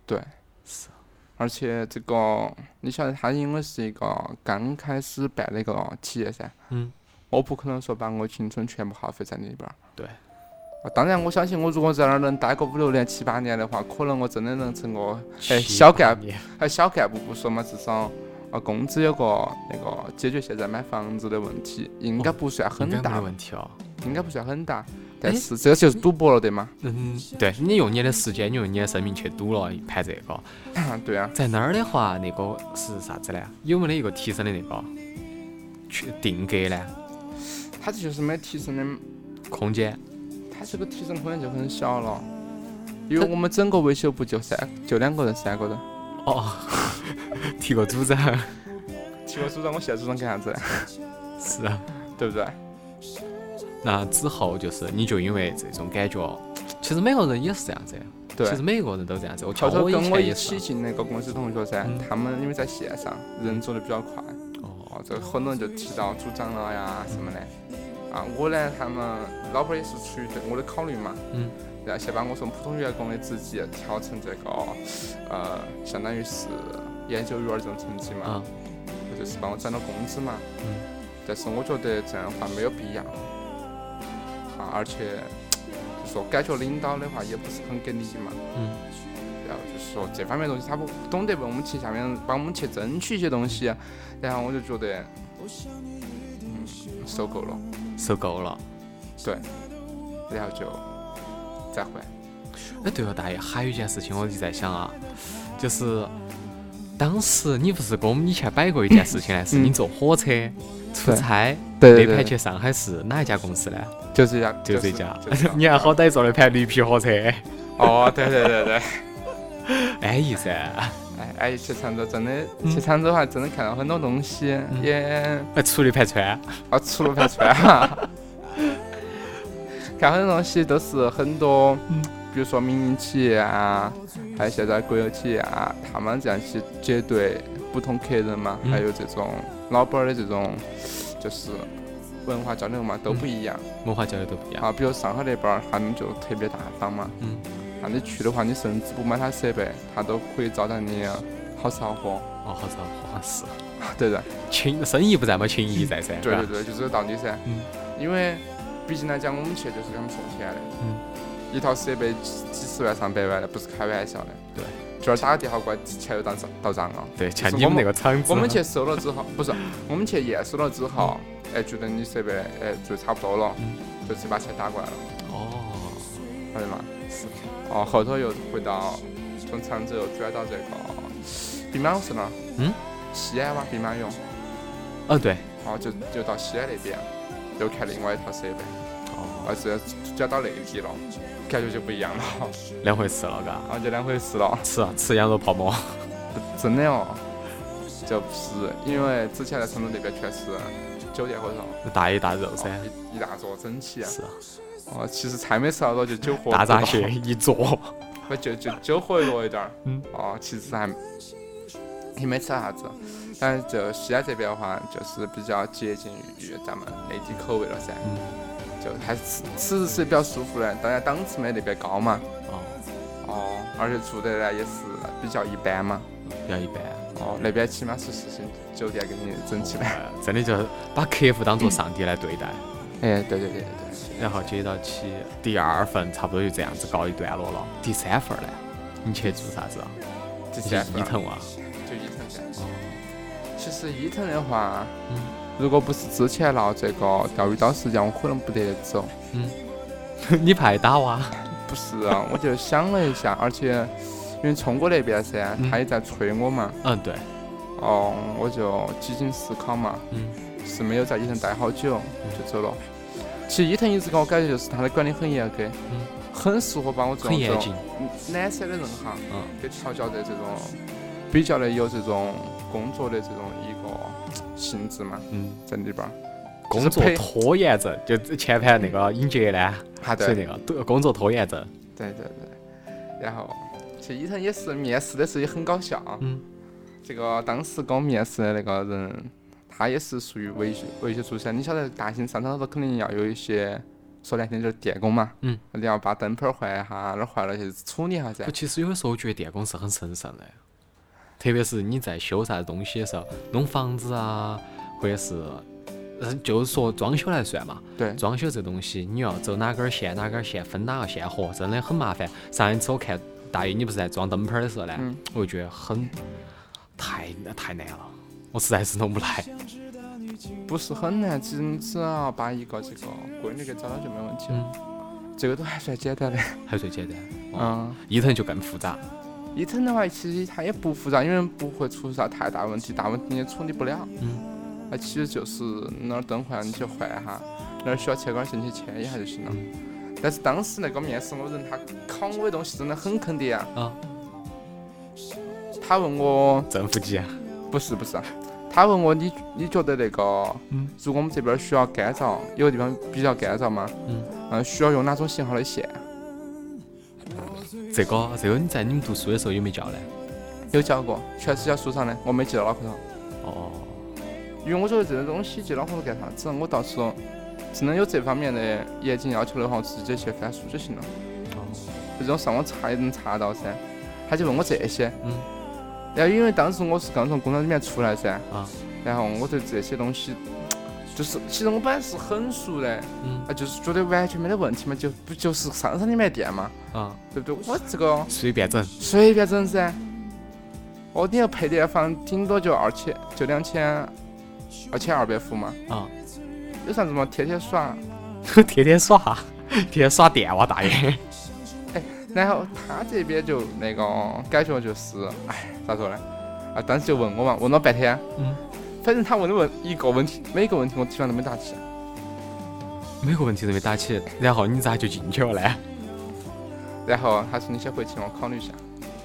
Speaker 5: 对，
Speaker 1: 是
Speaker 5: 而且这个你晓得，它因为是一个刚开始办的一个企业噻，
Speaker 1: 嗯，
Speaker 5: 我不可能说把我青春全部耗费在里边儿。
Speaker 1: 对
Speaker 5: 啊，当然，我相信我如果在那儿能待个五六年、七八年的话，可能我真的能成个哎
Speaker 1: 七
Speaker 5: 小干
Speaker 1: 八年
Speaker 5: 哎小干部不说嘛，至少啊工资有个那个解决现在买房子的问题，应该
Speaker 1: 哦
Speaker 5: 不算
Speaker 1: 应该
Speaker 5: 很
Speaker 1: 没
Speaker 5: 大，
Speaker 1: 得问题哦。
Speaker 5: 应该不算很大。但
Speaker 1: 哎
Speaker 5: 是这就是赌博了 的嘛，
Speaker 1: 嗯，对你用你的时间，你用你的生命去赌了一盘这个，
Speaker 5: 对啊，
Speaker 1: 在那儿的话，那个是啥子呢？有没得一个提升的那个去定格呢？
Speaker 5: 它这就是没提升的，
Speaker 1: 空间？
Speaker 5: 它这个提升空间就很小了。因为我们整个维修部就三就两个人，三个人。
Speaker 1: 哦， 提个组长
Speaker 5: 提个组长，我现在组长干啥 子呢？
Speaker 1: 是啊。
Speaker 5: 对不对？
Speaker 1: 那之后就是你就因为这种感觉，其实每个人也是这样子。
Speaker 5: 对
Speaker 1: 其实。每个人都这样子。我
Speaker 5: 乔
Speaker 1: 瞧
Speaker 5: 乔
Speaker 1: 我以
Speaker 5: 跟我
Speaker 1: 前
Speaker 5: 一
Speaker 1: 也
Speaker 5: 起
Speaker 1: 是。
Speaker 5: 进那个公司同学噻，
Speaker 1: 嗯
Speaker 5: 他们因为在线上，人走的比较快，
Speaker 1: 哦，
Speaker 5: 哦，这很多人就提到组长了呀什么的。啊，我呢，他们老板也是出于对我的考虑嘛，
Speaker 1: 嗯，
Speaker 5: 然后先把我从普通员工的职级调成这个，呃，相当于是研究员这种成绩嘛，
Speaker 1: 啊，
Speaker 5: 就是帮我涨了工资嘛。
Speaker 1: 嗯。
Speaker 5: 但是我觉得这样的话没有必要，啊，而且就说感觉领导的话也不是很给力嘛。
Speaker 1: 嗯。
Speaker 5: 然后就是说这方面东西他不懂得为我们去下面帮我们去争取一些东西，啊然后我就觉得，嗯，受够了，
Speaker 1: 受够了。
Speaker 5: 对，然后就再换。
Speaker 1: 哎，对了，大爷，还有一件事情我一直在想啊，就是当时你不是跟我们以前摆过一件事情 呢？是你坐火车出
Speaker 5: 嗯对
Speaker 1: 差
Speaker 5: 对
Speaker 1: 那盘去上海市哪一家公司呢？
Speaker 5: 就这家，
Speaker 1: 就是这家
Speaker 5: 就这
Speaker 1: 你还好歹坐了盘绿皮火车，
Speaker 5: 哦，对对对对，
Speaker 1: 安逸噻。
Speaker 5: 哎哎，去常州真的，
Speaker 1: 嗯
Speaker 5: 去常州还真的看到很多东西，也
Speaker 1: 还哎出了一盘川，
Speaker 5: 啊，除了啊盘川 哈，看很多东西都是很多，比如说民营企业啊，还有现在国有企业啊，他们这样去接对不同客人嘛，
Speaker 1: 嗯
Speaker 5: 还有这种老板儿的这种就是文化交流嘛，都不一样、
Speaker 1: 文化交流都不一样。
Speaker 5: 啊。比如上海那边儿，他们就特别大方嘛，
Speaker 1: 嗯，
Speaker 5: 那你去的话，你甚至不买他设备，他都可以招待你好吃好喝，
Speaker 1: 哦，好像好像是，
Speaker 5: 对的。
Speaker 1: 情生意不在嘛，情谊在噻。是
Speaker 5: 对
Speaker 1: 吧
Speaker 5: 对对，就是这个道理噻。
Speaker 1: 嗯
Speaker 5: 因为毕竟来讲，我们钱就是给他们送钱的。
Speaker 1: 嗯。
Speaker 5: 一套设备几几十万上百万的，不是开玩笑的。
Speaker 1: 对。
Speaker 5: 就是打个电话过来，钱就到账到账了。
Speaker 1: 对，嗯抢
Speaker 5: 就是
Speaker 1: 你
Speaker 5: 我
Speaker 1: 们那
Speaker 5: 们
Speaker 1: 个场子，
Speaker 5: 我们去收了之后，不是我们去验收了之后，
Speaker 1: 嗯
Speaker 5: 哎，觉得你设备哎就差不多了，就直接把钱打过来了，
Speaker 1: 哦，
Speaker 5: 晓得吗？是。哦，后头又回到从常州又转到这个兵马俑是哪儿？
Speaker 1: 嗯，
Speaker 5: 西安吗？兵马俑。
Speaker 1: 嗯，对，
Speaker 5: 哦，就就到西安那边，又看另外一套设备，啊
Speaker 1: 哦，
Speaker 5: 而是转到内地了，感觉就不一样了，
Speaker 1: 两回事了，嘎，
Speaker 5: 啊，就两回事了，
Speaker 1: 吃啊吃羊肉泡馍，
Speaker 5: 真的哦， 就不是，因为之前在成都那边全是酒店火烧，
Speaker 1: 大一大肉噻，
Speaker 5: 哦一一大桌整齐，
Speaker 1: 啊是啊，
Speaker 5: 哦，其实菜没吃好多，就酒喝
Speaker 1: 大闸
Speaker 5: 闸
Speaker 1: 蟹，一桌，
Speaker 5: 不就就酒喝多一点儿，
Speaker 1: 嗯，
Speaker 5: 哦，其实还也没吃啥子，但是就西安这边的话，就是比较接近于咱们内地口味了噻，
Speaker 1: 嗯
Speaker 5: 就还是吃吃是比较舒服的，当然档次没那边高嘛，
Speaker 1: 哦，
Speaker 5: 哦，而且住的呢也是比较一般嘛。
Speaker 1: 比较一般，
Speaker 5: 哦，那边起码是四星酒店给你整起来。
Speaker 1: 呃真的就把客户当做上帝来对待，嗯
Speaker 5: 哎，对对对对对。
Speaker 1: 然后接到起第二份，差不多就这样子告一段落了，第三份儿呢，你去做啥子啊？
Speaker 5: 第
Speaker 1: 你去
Speaker 5: 三份
Speaker 1: 伊藤啊？
Speaker 5: 就伊藤噻。
Speaker 1: 哦，
Speaker 5: 其实伊藤的话，
Speaker 1: 嗯
Speaker 5: 如果不是之前闹这个钓鱼岛事件，我可能不得走。
Speaker 1: 你怕挨打哇？
Speaker 5: 不是 啊，我就想了一下，而且因为聪哥那边噻
Speaker 1: 嗯，
Speaker 5: 他也在催我嘛，
Speaker 1: 嗯，对，
Speaker 5: 哦，我就几经思考嘛，
Speaker 1: 嗯，
Speaker 5: 是没有在伊藤待好久就走了。其实伊藤一直给我感觉就是他的管理很严格，
Speaker 1: 嗯
Speaker 5: 很适合把我这种
Speaker 1: 很
Speaker 5: 这
Speaker 1: 严
Speaker 5: 种
Speaker 1: 谨，
Speaker 5: 南山的人哈，
Speaker 1: 嗯
Speaker 5: 跟调教的这种比较的有这种工作的这种一个性质嘛，
Speaker 1: 嗯。
Speaker 5: 在里边儿。
Speaker 1: 工作
Speaker 5: 就是配
Speaker 1: 拖延症，就前盘那个尹杰呢，
Speaker 5: 啊，对
Speaker 1: 是那个嗯对工作拖延症，
Speaker 5: 对对对。然后，其实伊藤也是面试的时候也很搞笑。
Speaker 1: 嗯。
Speaker 5: 这个当时跟我面试的那个人，他也是属于维修维修出身。你晓得大型商场都肯定要有一些。说难听点就是电工嘛，
Speaker 1: 嗯，
Speaker 5: 你要把灯泡儿换一下，那儿坏了去处理一下噻
Speaker 1: 不，。其实有的时候我觉得电工是很神圣的，特别是你在修啥子东西的时候，弄房子啊，或者是，呃就是说装修来算嘛，
Speaker 5: 对，
Speaker 1: 装修这东西你要走哪根儿线哪根儿线分哪个线合，真的很麻烦。上一次我看大爷你不是在装灯泡儿的时候呢，
Speaker 5: 嗯
Speaker 1: 我就觉得很太太难了，我实在是弄不来。
Speaker 5: 不是很难，其实你只要把一个这个规律给找到就没问题了。这个都还算简单的。
Speaker 1: 还有最简单，嗯哦
Speaker 5: 嗯，
Speaker 1: 伊藤就更复杂。
Speaker 5: 伊藤的话，其实它也不复杂，因为不会出啥太大问题，大问题你也处理不了。
Speaker 1: 嗯。
Speaker 5: 它其实就是哪儿灯坏了你去换一下，哪儿需要切杆儿进去切一下就行了。
Speaker 1: 嗯
Speaker 5: 但是当时那个面试我人，他考我的东西真的很坑爹啊！
Speaker 1: 啊，
Speaker 5: 他问我
Speaker 1: 正负极，
Speaker 5: 不是不是，他问我你你觉得那个，
Speaker 1: 嗯
Speaker 5: 如果我们这边需要干燥，有个地方比较干燥嘛，
Speaker 1: 嗯
Speaker 5: 呃，需要用哪种型号的线？
Speaker 1: 这个这个你在你们读书的时候有没有教呢？
Speaker 5: 有教过，全是教书上的，我没记到脑壳上，
Speaker 1: 哦，
Speaker 5: 因为我觉得这种东西记脑壳上干啥子？我到时候真的有这方面的严谨要求的话，我直接去翻书就行了。
Speaker 1: 哦，
Speaker 5: 这种上网查也能查到噻。他就问我这些，
Speaker 1: 嗯，
Speaker 5: 然后因为当时我是刚从工厂里面出来噻，
Speaker 1: 啊，
Speaker 5: 然后我对这些东西，就是其实我本来是很熟的，
Speaker 1: 嗯
Speaker 5: 啊，就是觉得完全没得问题嘛，就不就是商场里面的店嘛，
Speaker 1: 啊，
Speaker 5: 对不对？我这个
Speaker 1: 随便整，
Speaker 5: 随便整噻，哦，你要配电房，顶多就二千，就两千，二千二百伏嘛，
Speaker 1: 啊，
Speaker 5: 有啥子嘛？天天耍，
Speaker 1: 天天耍，天天耍电哇， 大爷。
Speaker 5: 然后他这边就那个感觉就是，哎，咋说呢？啊，当时就问我嘛，问了半天，
Speaker 1: 嗯，
Speaker 5: 反正他问的问一个问题，每个问题我基本上都没答起。
Speaker 1: 每个问题都没打起，然后你咋就进去了呢？
Speaker 5: 然后他说你先回去，我考虑一下，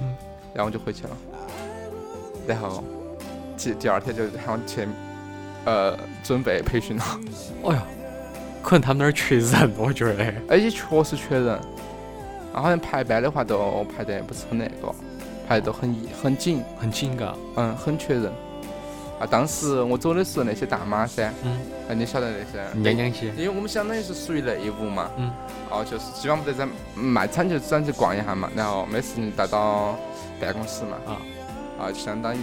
Speaker 1: 嗯，
Speaker 5: 然后我就回去了。然后第第二天就喊我去，呃，准备培训了，
Speaker 1: 哎呀，可能他们那儿缺人，我觉得。
Speaker 5: 而且确实缺人，啊，好像排班的话都排得不是很那个，排得都很很紧。
Speaker 1: 很紧嘎，
Speaker 5: 嗯，很缺人。啊，当时我走的时候那些大妈噻，
Speaker 1: 嗯，
Speaker 5: 啊，你晓得那些，
Speaker 1: 娘娘些，
Speaker 5: 因为我们相当于是属于内务嘛，
Speaker 1: 嗯，
Speaker 5: 哦，就是基本上不得在卖场就专去逛一下嘛，然后没事情带到办公室嘛，
Speaker 1: 啊，
Speaker 5: 啊，就相当于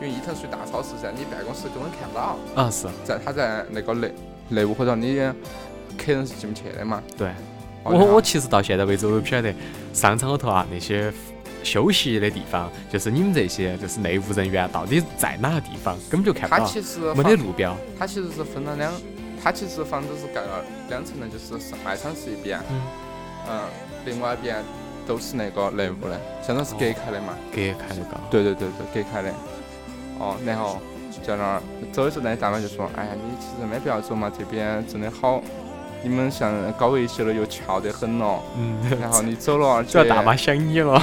Speaker 5: 因为伊藤属于大超市噻，你办公室根本看不到，
Speaker 1: 啊是，
Speaker 5: 在他在那个内内务或者你客人是进不去的嘛。
Speaker 1: 对，
Speaker 5: 好
Speaker 1: 我
Speaker 5: 像
Speaker 1: 我其实到现在为止我都不晓得商场后头啊那些休息的地方，就是你们这些就是内务人员到底在哪个地方，根本就看不
Speaker 5: 它
Speaker 1: 到，
Speaker 5: 其实
Speaker 1: 没
Speaker 5: 房
Speaker 1: 得路标。
Speaker 5: 它其实是分了两，它其实房子是盖了两层的，就是上外场是一边，
Speaker 1: 嗯，
Speaker 5: 嗯，另外一边都是那个内务的，相当是隔开的嘛。
Speaker 1: 隔开了高。
Speaker 5: 对对对对，隔开的。哦，然后在那儿走的时候，那大妈就说：“哎呀，你其实没必要走嘛，这边真的好，你们像高维修的又翘得很 咯。
Speaker 1: 嗯，
Speaker 5: 然后你走了，而
Speaker 1: 主要
Speaker 5: 且
Speaker 1: 大妈想你了。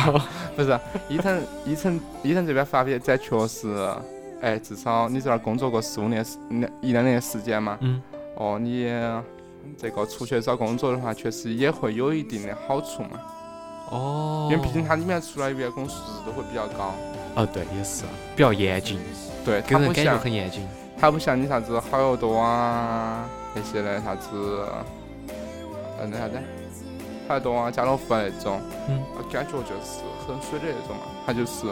Speaker 5: 不是啊伊藤 伊藤伊藤这边发表展确实，哎，至少你在那儿工作过四五年时两一两年的时间嘛。
Speaker 1: 嗯。
Speaker 5: 哦，你这个出去找工作的话，确实也会有一定的好处嘛，
Speaker 1: 哦
Speaker 5: 因为毕竟它里面出来员工素质都会比较高。
Speaker 1: 哦对，也是比较严谨，
Speaker 5: 对，
Speaker 1: 给
Speaker 5: 它
Speaker 1: 人
Speaker 5: 不
Speaker 1: 感觉
Speaker 5: 像
Speaker 1: 很严谨。
Speaker 5: 它不像你啥子好又多啊那些的啥子，嗯那啥子，好又多啊家乐福啊那种，
Speaker 1: 嗯，
Speaker 5: 感觉就是很水的那种嘛，它就是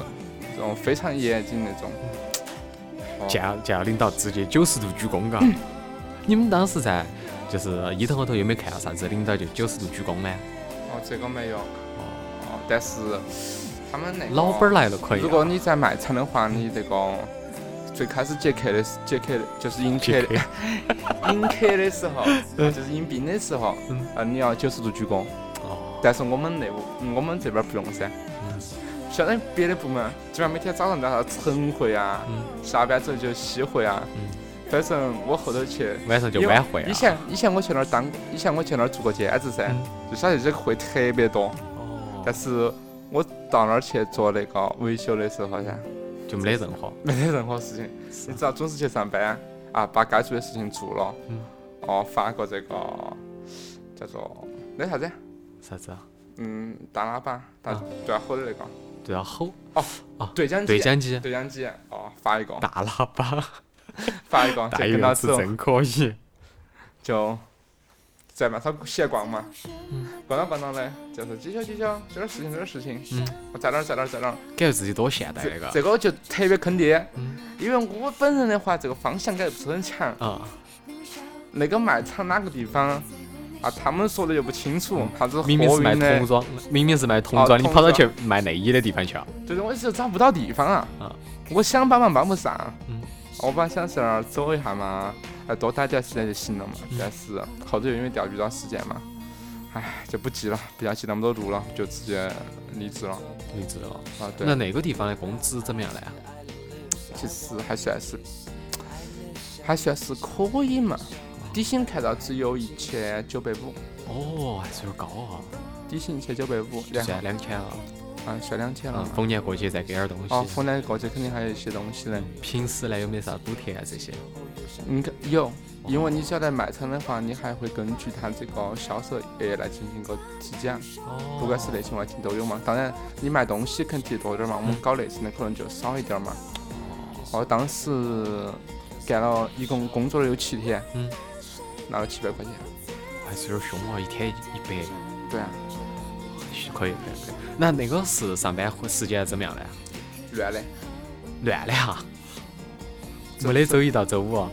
Speaker 5: 这种非常严谨那种。哦
Speaker 1: 见到见到领导直接九十度鞠躬，嘎。你们当时在就是一头后头有没有看到啥子领导就九十度鞠躬呢？
Speaker 5: 哦，这个没有。
Speaker 1: 哦，
Speaker 5: 哦，但是他们那个
Speaker 1: 老板儿来了可以啊。嗯
Speaker 5: 如果你在卖场的话，你这个最开始接客的时接客的就是迎客
Speaker 1: 接
Speaker 5: 的 迎客的时候，啊就是迎宾的时候，
Speaker 1: 嗯
Speaker 5: 啊，你要九十度鞠躬。
Speaker 1: 哦，
Speaker 5: 但是我们内部，我们这边不用噻。
Speaker 1: 嗯
Speaker 5: 相当于别的部门，基本上每天早上都要晨会啊，
Speaker 1: 嗯
Speaker 5: 下班之后就夕会啊。
Speaker 1: 嗯，
Speaker 5: 反正我后头去
Speaker 1: 晚上就
Speaker 5: 因为
Speaker 1: 晚会啊。
Speaker 5: 以前以前我去那儿当，以前我去那儿做过兼职噻
Speaker 1: 嗯，
Speaker 5: 就晓得这个会特别多。
Speaker 1: 哦
Speaker 5: 但是我到那儿去做那个维修的时候噻，
Speaker 1: 就没得任何。
Speaker 5: 没得任何事情，你只要准时去上班啊，把该做的事情做了，
Speaker 1: 嗯
Speaker 5: 哦，发个这个叫做那啥子，
Speaker 1: 啥子啊？
Speaker 5: 嗯，大喇叭，大
Speaker 1: 啊
Speaker 5: 对吼的那个哦
Speaker 1: 就要吼
Speaker 5: 对讲机，
Speaker 1: 对讲机、
Speaker 5: 对讲机，哦，发一个，
Speaker 1: 大喇叭，
Speaker 5: 发一个，就
Speaker 1: 代
Speaker 5: 跟
Speaker 1: 言
Speaker 5: 到
Speaker 1: 词
Speaker 5: 走，
Speaker 1: 真可以。
Speaker 5: 就在嘛，他闲逛嘛，
Speaker 1: 嗯
Speaker 5: 逛到逛到嘞，就是几小几小，这点事情这点事情，
Speaker 1: 嗯
Speaker 5: 我在哪儿在哪儿在哪儿。
Speaker 1: 感觉自己多现代
Speaker 5: 这
Speaker 1: 那个嗯
Speaker 5: 这个就特别坑爹，因为我本人的话，这个方向感又不是很强。
Speaker 1: 啊，
Speaker 5: 那个卖场哪个地方啊？他们说的又不清楚，啥子
Speaker 1: 嗯明明
Speaker 5: 货
Speaker 1: 是卖
Speaker 5: 运的
Speaker 1: 童，装，明明是卖童
Speaker 5: 哦
Speaker 1: 装，你
Speaker 5: 童
Speaker 1: 跑到去
Speaker 5: 装
Speaker 1: 卖内衣的地方去了。
Speaker 5: 就是我一直找不到地方啊
Speaker 1: 啊。
Speaker 5: 我想帮忙帮不上
Speaker 1: 嗯，
Speaker 5: 我本来想在那儿走一下嘛，哎，多打点时间就行了嘛。
Speaker 1: 嗯
Speaker 5: 但是后头又因为调鱼找时间嘛，哎，就不急了，不要记那么多路了，就直接离职了
Speaker 1: 你知道了。
Speaker 5: 啊。对
Speaker 1: 那，那个地方的工资怎么样呢？
Speaker 5: 其实还算是，还算是可以嘛。底薪看到只有一千九百五，
Speaker 1: 哦，还是有点高啊，
Speaker 5: 底薪一千九百五，然后
Speaker 1: 算两千啊。
Speaker 5: 啊，算两千了
Speaker 1: 嗯，
Speaker 5: 嘛。
Speaker 1: 逢年过节再给点儿东
Speaker 5: 哦，
Speaker 1: 西。
Speaker 5: 湖南过去肯定还有一些东西嘞，
Speaker 1: 平时呢有没得啥补贴啊这些？
Speaker 5: 应该
Speaker 1: 哦
Speaker 5: 有，因为你晓得卖场的话，你还会根据它这个销售额来进行个体检，
Speaker 1: 哦
Speaker 5: 不管是类型外形都有嘛。当然，你卖东西肯定多点儿嘛，我们搞类型的可能就少一点儿嘛。
Speaker 1: 嗯
Speaker 5: 哦，当时干了一共工作了有七天，
Speaker 1: 嗯，
Speaker 5: 拿了七百块钱，
Speaker 1: 还是有点凶啊，一天一百，
Speaker 5: 对啊，
Speaker 1: 可以可以可以。那那个是上班回时间怎么样呢？
Speaker 5: 乱的。
Speaker 1: 乱的哈，没得周一到周五啊，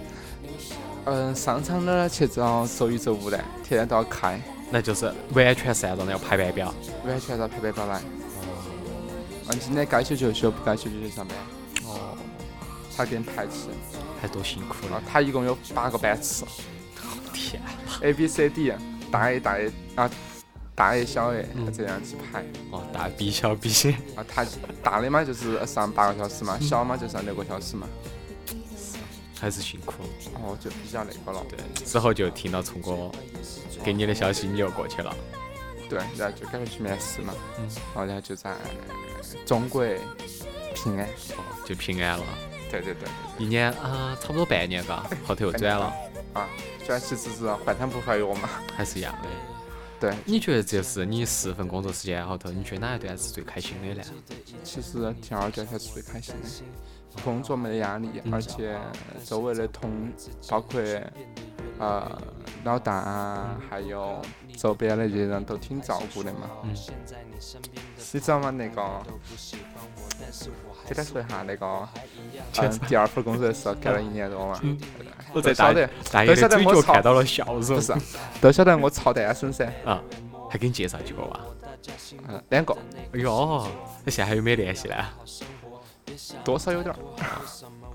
Speaker 5: 嗯，商场那儿去找周一周五的，天天都要开，
Speaker 1: 那就是完全是按照那个排班表。
Speaker 5: 完全照排班表来。嗯，今天该休就休，不该休就去上班。
Speaker 1: 哦，
Speaker 5: 他给你排起，
Speaker 1: 还多辛苦
Speaker 5: 啊
Speaker 1: 了，，
Speaker 5: 他一共有八个班次
Speaker 1: 天啊！
Speaker 5: ，A B C D，大 A 大 A 啊，大 A 小 A 这样子排。
Speaker 1: 哦，大 B 小 B，
Speaker 5: 啊，他大的嘛就是上八个小时
Speaker 1: 嗯
Speaker 5: 嘛，小嘛就上六个小时嘛，
Speaker 1: 还是辛苦。
Speaker 5: 哦，就比较那个了。
Speaker 1: 对，之后就听到聪哥给你的消息，你又过去了。
Speaker 5: 对，然后就赶快去面试嘛，
Speaker 1: 嗯
Speaker 5: 然后然后就在中国平安。
Speaker 1: 哦，就平安了，
Speaker 5: 对对对。
Speaker 1: 一年啊、差不多半年嘎，后头又转了，
Speaker 5: 啊，虽然其实是换啊汤不换药 嘛。
Speaker 1: 还是一样的。
Speaker 5: 对，
Speaker 1: 你觉得这是你十份工作时间后头，你觉得哪一段是最开心的呢？
Speaker 5: 其实第二段才是最开心的，工嗯作没得压力，而且周围的同，包括呃老大啊，还有周边那些人都挺照顾的嘛。
Speaker 1: 嗯
Speaker 5: 你知道吗？那个，简单说一下那个，嗯，第二份工作的时候干了一年多嘛，
Speaker 1: 我
Speaker 5: 都
Speaker 1: 在
Speaker 5: 晓
Speaker 1: 大
Speaker 5: 得，
Speaker 1: 大爷的嘴角看到了笑
Speaker 5: 不
Speaker 1: 容
Speaker 5: 是，啊都晓得我操单身噻，
Speaker 1: 啊，还给你介绍几个哇？
Speaker 5: 嗯，两个，
Speaker 1: 哎呦，那现在还有没有联系呢？
Speaker 5: 多少有点儿，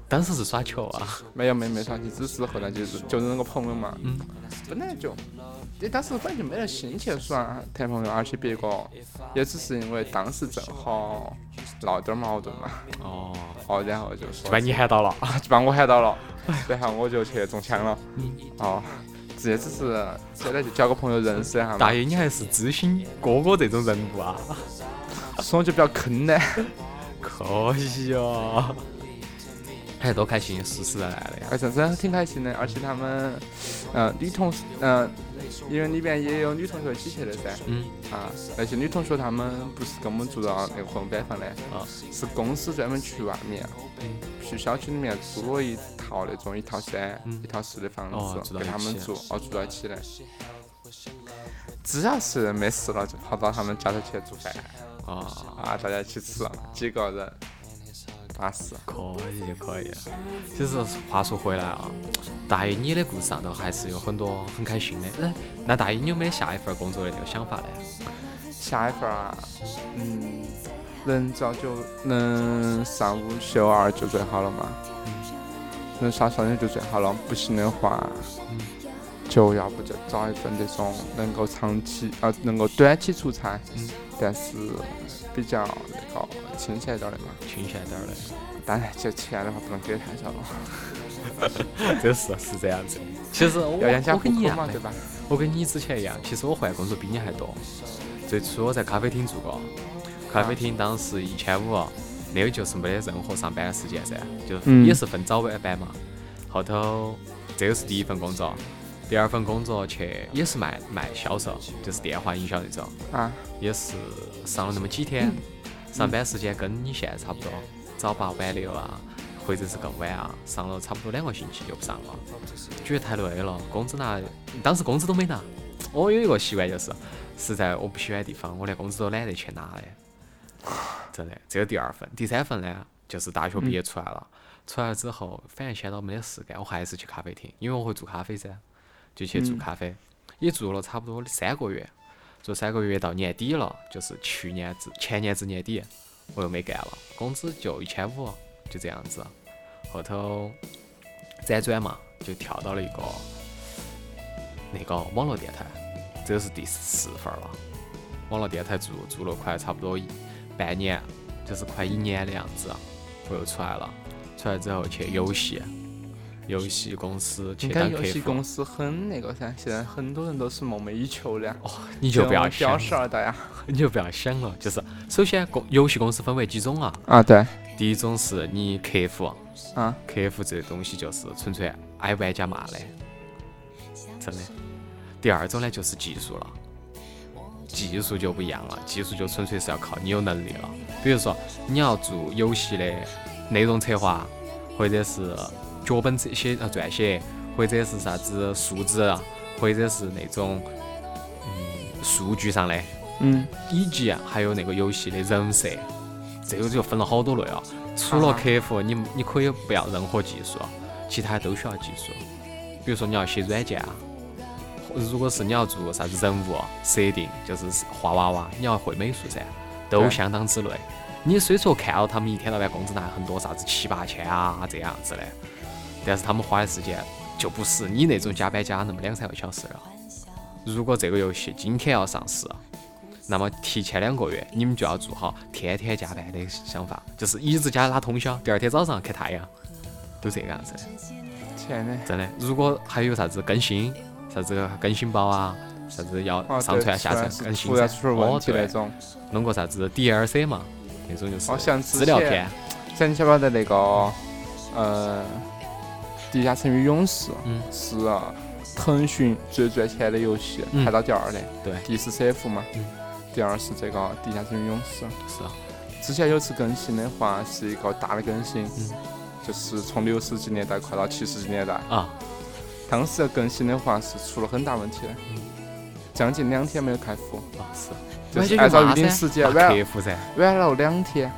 Speaker 1: 当时是耍球啊，
Speaker 5: 没有没有没啥，只是后来就是就是那个朋友嘛，
Speaker 1: 嗯，
Speaker 5: 本来就，你当时反正就没得心情耍谈朋友，而且别个也只是因为当时正好闹点儿矛盾嘛，
Speaker 1: 哦，
Speaker 5: 哦，然后就说
Speaker 1: 就把你喊啊哎到了，
Speaker 5: 就把我喊到了，然后我就去中枪了。
Speaker 1: 嗯
Speaker 5: 哦，直接只是现在就交个朋友认识一下嘛
Speaker 1: 大。爷你还是知心哥哥这种人物啊，
Speaker 5: 所以我就比较坑呢。
Speaker 1: 可惜 哦。哎，多开心，实实在啊在的呀。
Speaker 5: 哎，真真挺开心的，而且他们，嗯，女同事，嗯，因为里边也有女同学一起去的噻。
Speaker 1: 嗯，
Speaker 5: 啊，那些女同学她们不是跟我们住到那个混班房的，
Speaker 1: 啊，嗯
Speaker 5: 是公司专门去外面，去小区里面租了一套那种一套三、一套四的房
Speaker 1: 哦
Speaker 5: 子
Speaker 1: 住到
Speaker 5: 给
Speaker 1: 一
Speaker 5: 他们
Speaker 1: 起
Speaker 5: 住，哦，住到一起的。只要是没事了，就跑到他们家头去做饭
Speaker 1: 啊，
Speaker 5: 啊，大家一起吃，几个人，巴适。
Speaker 1: 可以可以。其实话说回来啊，大爷你的故事上头还是有很多很开心的。那那大爷你有没有下一份工作的这个想法呢？
Speaker 5: 下一份儿啊，嗯，能早就能上午休二就最好了嘛，能上上休就最好了。不行的话，就要不就找一份这种能够长期啊、能够短期出差，但是比较那个清闲一点儿的嘛。
Speaker 1: 清闲点儿 的，
Speaker 5: 当然，这钱的话不能给得太少了，
Speaker 1: 这是是这样子。其实我
Speaker 5: 要养家
Speaker 1: 我
Speaker 5: 糊
Speaker 1: 跟你一
Speaker 5: 口
Speaker 1: 样
Speaker 5: 嘛，
Speaker 1: 的
Speaker 5: 对吧？
Speaker 1: 我跟你之前一样，其实我换工作比你还多。最初我在咖啡厅做过，咖啡厅当时一千五，那个就是没得任何上班的时间噻，就
Speaker 5: 嗯
Speaker 1: 也是分早晚班嘛。后头这个是第一份工作，第二份工作去也是卖卖销售，就是电话营销那种，
Speaker 5: 啊，
Speaker 1: 也是上了那么几天，上班时间跟你现在差不多，早八晚六啊，或者是更晚啊，上了差不多两个星期就不上了，觉得太累了，工资拿，当时工资都没拿。我有一个习惯就是，实在我不喜欢的地方，我连工资都懒得去拿的。真的，这个第二份，第三份呢，就是大学毕业出来了，出来了之后，反正闲到没得事干，我还是去咖啡厅，因为我会做咖啡噻，就去
Speaker 5: 嗯
Speaker 1: 做咖啡，也做了差不多三个月，做三个月到年底了，就是去年至前年至年底，我又没干了，工资就一千五，就这样子。后头辗转嘛，就跳到了一个那个网络电台，这是第四份儿了。网络电台做做了快差不多一半年，就是快一年的样子，我又出来了。出来之后去游戏，游戏公司去
Speaker 5: 应该
Speaker 1: 当
Speaker 5: 游
Speaker 1: K
Speaker 5: 戏
Speaker 1: 服，
Speaker 5: 公司很那个噻，现在很多人都是梦寐以求的呀。
Speaker 1: 你就不要
Speaker 5: 标
Speaker 1: 想
Speaker 5: 十，二代呀。
Speaker 1: 你就不要想了。就是首先公游戏公司分为几种啊？
Speaker 5: 啊，对，
Speaker 1: 第一种是你客服，
Speaker 5: 啊，
Speaker 1: 客服这东西就是纯粹挨玩家骂的，真的。第二种呢就是技术了，技术就不一样了，技术就纯粹是要靠你有能力了。比如说你要做游戏的内容策划，或者是脚本这些呃撰写，或者是啥子数字啊，或者是那种嗯数据上的，
Speaker 5: 嗯。
Speaker 1: 以及啊还有那个游戏的人设，这个就分了好多类啊。除了
Speaker 5: 啊
Speaker 1: 客服，你你可以不要任何技术，啊其他都需要技术。比如说你要写软件啊，或如果是你要做啥子人物设定，就是画娃娃，你要会美术噻，都
Speaker 5: 对
Speaker 1: 相当之累。你虽说看到他们一天到晚工资拿很多，啥子七八千啊这样子的，但是他们花的时间就不是你那种加班加那么两三个小时了。如果这个游戏今天要上市，那么提前两个月你们就要做好天天加班的想法，就是一直加拉通宵，第二天早上看太阳，都这个样子的。
Speaker 5: 天呐，
Speaker 1: 真的，如果还有啥子更新，啥子更新包啊，啥子要
Speaker 5: 哦，
Speaker 1: 上传、
Speaker 5: 对
Speaker 1: 下
Speaker 5: 突
Speaker 1: 载
Speaker 5: 然是
Speaker 1: 更新
Speaker 5: 突然
Speaker 1: 噻
Speaker 5: 出了问
Speaker 1: 哦，
Speaker 5: 题那
Speaker 1: 对，
Speaker 5: 种，
Speaker 1: 弄个啥子 DLC 嘛，那种就
Speaker 5: 哦像
Speaker 1: 是
Speaker 5: 之
Speaker 1: 资料
Speaker 5: 前
Speaker 1: 片，
Speaker 5: 像你晓不晓得那个，呃，《地下城与勇士》
Speaker 1: 嗯
Speaker 5: 是啊腾讯最赚钱的游戏，
Speaker 1: 嗯
Speaker 5: 排到第二的，
Speaker 1: 对
Speaker 5: 第一是 CF 嘛
Speaker 1: 嗯，
Speaker 5: 第二是这个《地下城与勇士》。
Speaker 1: 是啊
Speaker 5: 之前有次更新的话是
Speaker 1: 嗯
Speaker 5: 一个大的更新，就是从六十几年代快到七十几年代，
Speaker 1: 啊，
Speaker 5: 尝试更新的话是出了很大问题的。
Speaker 1: 嗯
Speaker 5: 将近两天没有开服，
Speaker 1: 哇塞，
Speaker 5: 就是按照预定时间
Speaker 1: 骂
Speaker 5: 晚
Speaker 1: KF 噻，
Speaker 5: 晚了两天，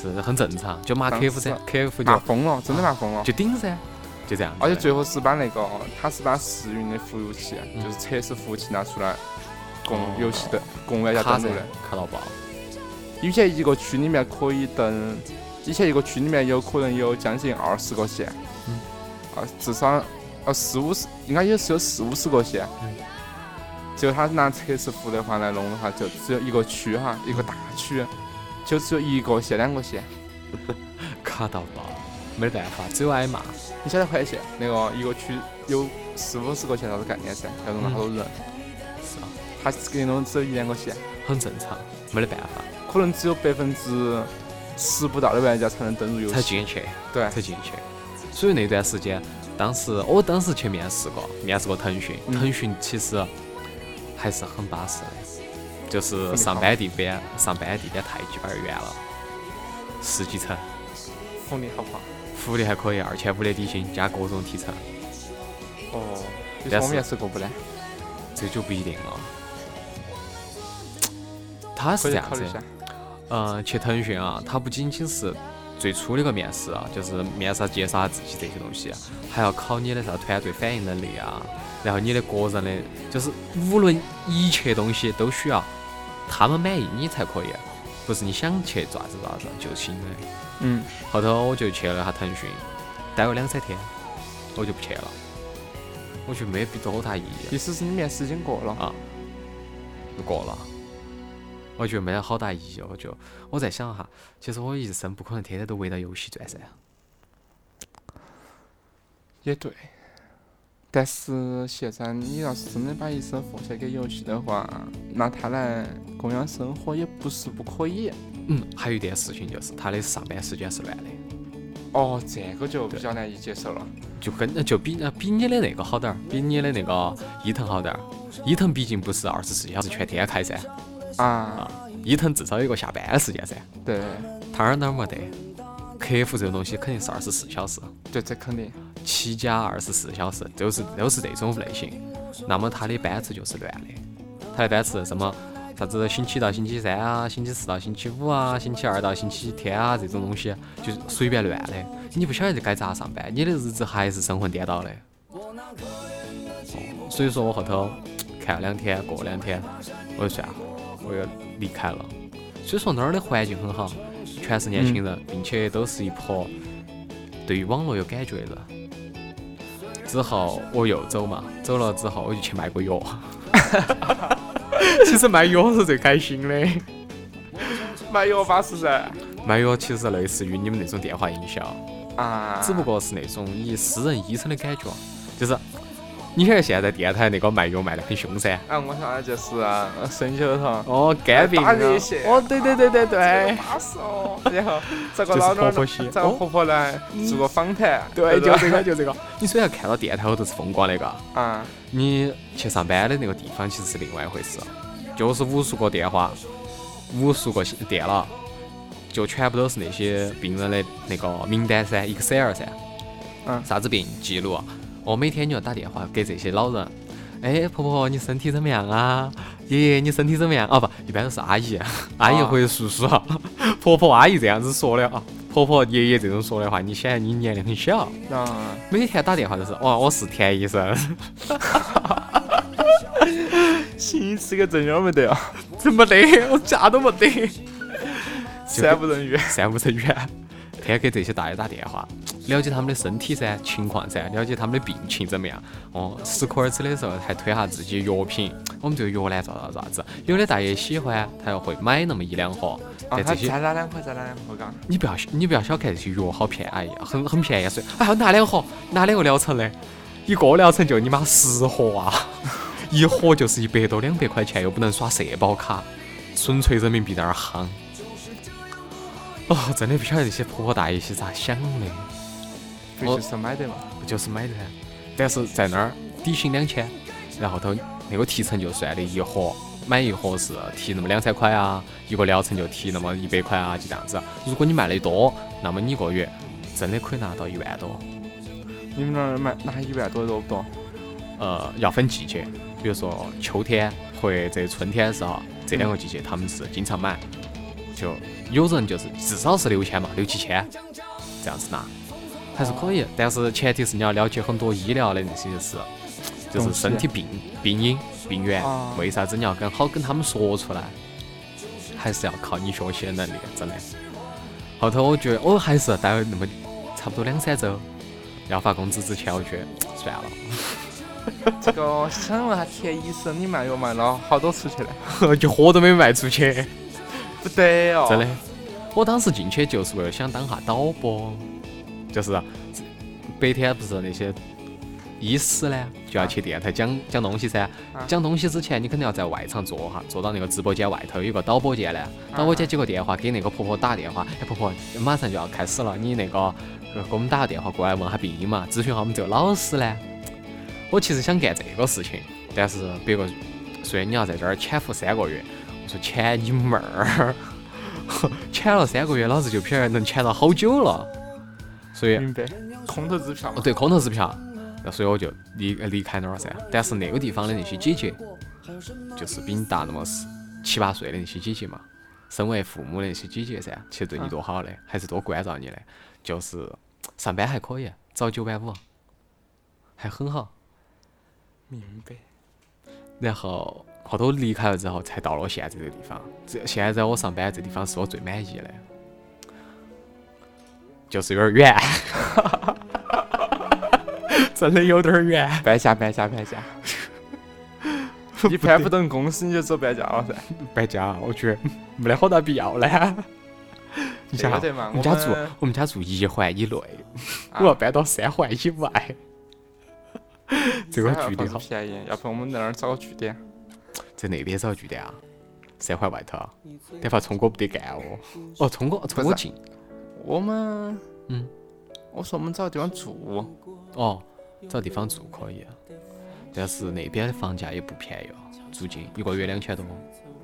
Speaker 1: 是很正常，就骂
Speaker 5: 当
Speaker 1: KF 噻
Speaker 5: 时
Speaker 1: ，KF
Speaker 5: 骂
Speaker 1: 就
Speaker 5: 疯了，真的骂疯了。
Speaker 1: 就顶噻，就这样子的。
Speaker 5: 而且最后是把那个，它是把试运的服务器，啊
Speaker 1: 嗯
Speaker 5: 就是测试服务器拿出来供
Speaker 1: 哦
Speaker 5: 游戏的供玩家
Speaker 1: 卡
Speaker 5: 登
Speaker 1: 噻
Speaker 5: 录的。，
Speaker 1: 卡到爆，
Speaker 5: 以前一个区里面可以登，以前一个区里面有可能有将近二十个县，
Speaker 1: 嗯
Speaker 5: 啊，至少啊四五十，应该也是有四五十个县。
Speaker 1: 嗯
Speaker 5: 就他拿测试服的话来弄的话，就只有一个区哈，
Speaker 1: 嗯
Speaker 5: 一个大区，就只有一个县、两个县。
Speaker 1: 卡到爆，没得办法，只有挨骂。
Speaker 5: 你晓得怀县那个一个区有四五十个县啥子概念噻？要弄
Speaker 1: 嗯
Speaker 5: 到好多人，
Speaker 1: 是啊，
Speaker 5: 他给你弄只有一两个县，
Speaker 1: 很正常，没得办法，
Speaker 5: 可能只有百分之十不到的玩家才能登入游
Speaker 1: 才
Speaker 5: 戏。
Speaker 1: 进去，
Speaker 5: 对，
Speaker 1: 才进去。所以那段时间，当时我当时去面试过，面试过腾讯，
Speaker 5: 嗯
Speaker 1: 腾讯其实还是很巴适的，就是上班地点，上班地点太鸡巴远了，十几层，
Speaker 5: 福利好不好？
Speaker 1: 福利还可以，二千五的底薪加各种提成，
Speaker 5: 哦，你
Speaker 1: 但
Speaker 5: 说我
Speaker 1: 是
Speaker 5: 们也是过不呢？
Speaker 1: 这就不一定了。他
Speaker 5: 可
Speaker 1: 是
Speaker 5: 以
Speaker 1: 这样
Speaker 5: 考
Speaker 1: 子
Speaker 5: 虑一
Speaker 1: 的
Speaker 5: 下。。
Speaker 1: 嗯，去腾讯啊，它不仅仅是最初的一个面试啊，就是面啥介绍下自己这些东西，啊还要考你的啥团队反应能力啊，然后你的个人的，就是无论一切东西都需要他们满意你才可以，啊不是你想去咋子咋子就行的。
Speaker 5: 嗯，
Speaker 1: 后头我就去了一下腾讯，待了两三天，我就不去了，我觉得没必多大意义
Speaker 5: 意思是你面试已经过了。
Speaker 1: 啊，就过了。我觉得没得好大意义，我就我在想哈，其实我一生不可能天天都围到游戏转噻。
Speaker 5: 也对。但是现在你要是真的把一生奉献给游戏的话，拿它来供养生活也不是不可以。
Speaker 1: 嗯，还有一件事情就是他的上班时间是乱的，
Speaker 5: 哦，这个就比较难以接受了。
Speaker 1: 就跟就比呃比你的那个好点儿，比你的那个伊腾好点儿。伊腾毕竟不是二十四小时全天开噻，
Speaker 5: 啊，
Speaker 1: 啊，伊腾至少有个下班的时间噻，
Speaker 5: 对，
Speaker 1: 他儿哪儿没得？KF 这个东西肯定是二十四小时，
Speaker 5: 对，这肯定。
Speaker 1: 七加二十四小时，都是都是这种类型。那么它的班次就是乱的，它的班次什么啥子星期一到星期三啊，星期四到星期五啊，星期二到星期天啊这种东西，就是随便乱的。你不晓得该咋上班，你的日子还是神魂颠倒的。哦所以说我后头看了两天，过了两天，我就算了，我又离开了。所以说那儿的环境很好，全是年轻人，并且都是一波对于网络有感觉的人。之后我又走嘛，走了之后我就去卖过药。 其实卖药是最开心的，
Speaker 5: 卖药巴适噻。
Speaker 1: 卖药其实类似于你们那种电话营销，
Speaker 5: 啊，
Speaker 1: 只不过是那种以私人医生的感觉，就是你看现在电台那个卖药卖得很凶噻。
Speaker 5: 啊，我想的就是呃生酒头。
Speaker 1: 哦，肝病
Speaker 5: 打热血
Speaker 1: 哦，对对对对对，
Speaker 5: 巴适哦，然后找
Speaker 1: 就
Speaker 5: 个
Speaker 1: 是
Speaker 5: 老
Speaker 1: 婆
Speaker 5: 头
Speaker 1: 婆
Speaker 5: 儿
Speaker 1: 些
Speaker 5: 来，找个婆婆来做个访谈，
Speaker 1: 哦对，
Speaker 5: 不
Speaker 1: 就这个就这个。你虽然看到电台后头是风光那个，
Speaker 5: 啊，
Speaker 1: 你去上班的那个地方其实是另外一回事，啊就是无数个电话，无数个电脑，就全部都是那些病人的那个名单噻，Excel 噻，
Speaker 5: 嗯
Speaker 1: 啥子病记录，我每天就要打电话给这些老人。哎，婆婆，你身体怎么样啊？爷爷，你身体怎么样？哦，不，一般都是阿姨，阿姨或者叔叔， 婆婆、阿姨这样子说的啊。婆婆、爷爷这种说的话，你显然你年龄很小。
Speaker 5: 然后
Speaker 1: 每天打电话都是，哦，我是田医 生，
Speaker 5: 行，吃个正妖没得啊，
Speaker 1: 这没得， 我家都没得，
Speaker 5: 惨 不忍睹。
Speaker 1: 三五成员，天天给这些大爷打电话，了解他们的身体噻、情况噻，了解他们的病情怎么样。哦，适可而止的时候还推下自己药品，我们这个药呢，咋咋咋子。有的大爷喜欢，他又会买那么一两盒。
Speaker 5: 啊，
Speaker 1: 但
Speaker 5: 他
Speaker 1: 这些
Speaker 5: 再拿两块，再拿两块，嘎。
Speaker 1: 你不要你不要小看这些药好便宜，很很便宜，所以哎呀拿两盒，拿两个疗程的，一个疗程就你妈十盒啊， 一盒就是一百多两百块钱，又不能刷社保卡，纯粹人民币在那儿夯。哦，真的不晓得这些婆婆大爷些咋想的，
Speaker 5: 必
Speaker 1: 哦
Speaker 5: 须是买的嘛。
Speaker 1: 不就是买的？但是在那儿底薪两千，然后头那个提成就算的一盒，买一盒是提那么两三块啊，一个疗程就提那么一百块啊，就这样子。如果你卖的多，那么你一个月真的可以拿到一万多。
Speaker 5: 你们那儿卖哪一百多都不到？
Speaker 1: 呃，要分季节，比如说秋天或者春天的时候，这两个季节他们是经常买，就有人就是至少是六千嘛，六七千这样子拿，还是可以。但是前提是你要了解很多医疗的那些事，就是身体病病因、病源
Speaker 5: 啊，
Speaker 1: 为啥子你要跟好跟他们说出来，还是要靠你学习的能力，真的。后头我觉得我还是待了那么差不多两三周，要发工资之前，我觉得算了。
Speaker 5: 这个想问下田医生，你卖药卖了好多出去了？
Speaker 1: 就货都没卖出去，
Speaker 5: 不得哦，
Speaker 1: 真的。我当时进去就是为了想当下导播，就是啊白天不是那些医师呢，就要去电台讲讲东西噻。讲东西之前，你肯定要在外场坐哈，坐到那个直播间外头有个导播间呢，导播间接个电话给那个婆婆打电话，哎婆婆马上就要开始了，你那个呃给我们打个电话过来问下病因嘛，咨询下我们这个老师呢。我其实想干这个事情，但是别个说你要在这儿潜伏三个月，我说潜你妹儿， 潜了三个月，老子就不晓得能潜到好久了，所以。
Speaker 5: 明白？空头支票嘛
Speaker 1: 哦，，对，空头支票，那所以我就离呃离开那儿噻。但是那个地方的那些姐姐，就是比你大那么十七八岁的那些姐姐嘛，身为父母的那些姐姐噻，其实对你多好的，还是多关照你的。就是上班还可以，早九晚五，还很好。
Speaker 5: 明白。
Speaker 1: 然后后头离开了之后，才到了我现在这个地方。这现在我上班这地方是我最满意的，就是有点远， 真的有点远。
Speaker 5: 搬家，搬家，搬家。 你搬不动公司，你就走搬家了噻。
Speaker 1: 搬家，我觉得 没得好大必要嘞。 你想
Speaker 5: 晓
Speaker 1: 哈，
Speaker 5: 得哎嘛？
Speaker 1: 我
Speaker 5: 我
Speaker 1: 们家住
Speaker 5: 们啊
Speaker 1: 我们家住一环以内，我要搬到三环以 外， 这个啊
Speaker 5: 三环
Speaker 1: 距
Speaker 5: 房
Speaker 1: 离
Speaker 5: 子
Speaker 1: 好，
Speaker 5: 便宜，要不我们在那儿找个据点？
Speaker 1: 在那边找据点啊，三环外头啊。但怕聪哥不得干哦，哦，聪哥
Speaker 5: 啊
Speaker 1: 聪哥近
Speaker 5: 我们，
Speaker 1: 嗯，
Speaker 5: 我说我们找个地方住，
Speaker 1: 哦，找地方住可以啊，但是那边的房价也不便宜哦，租金一个月两千多。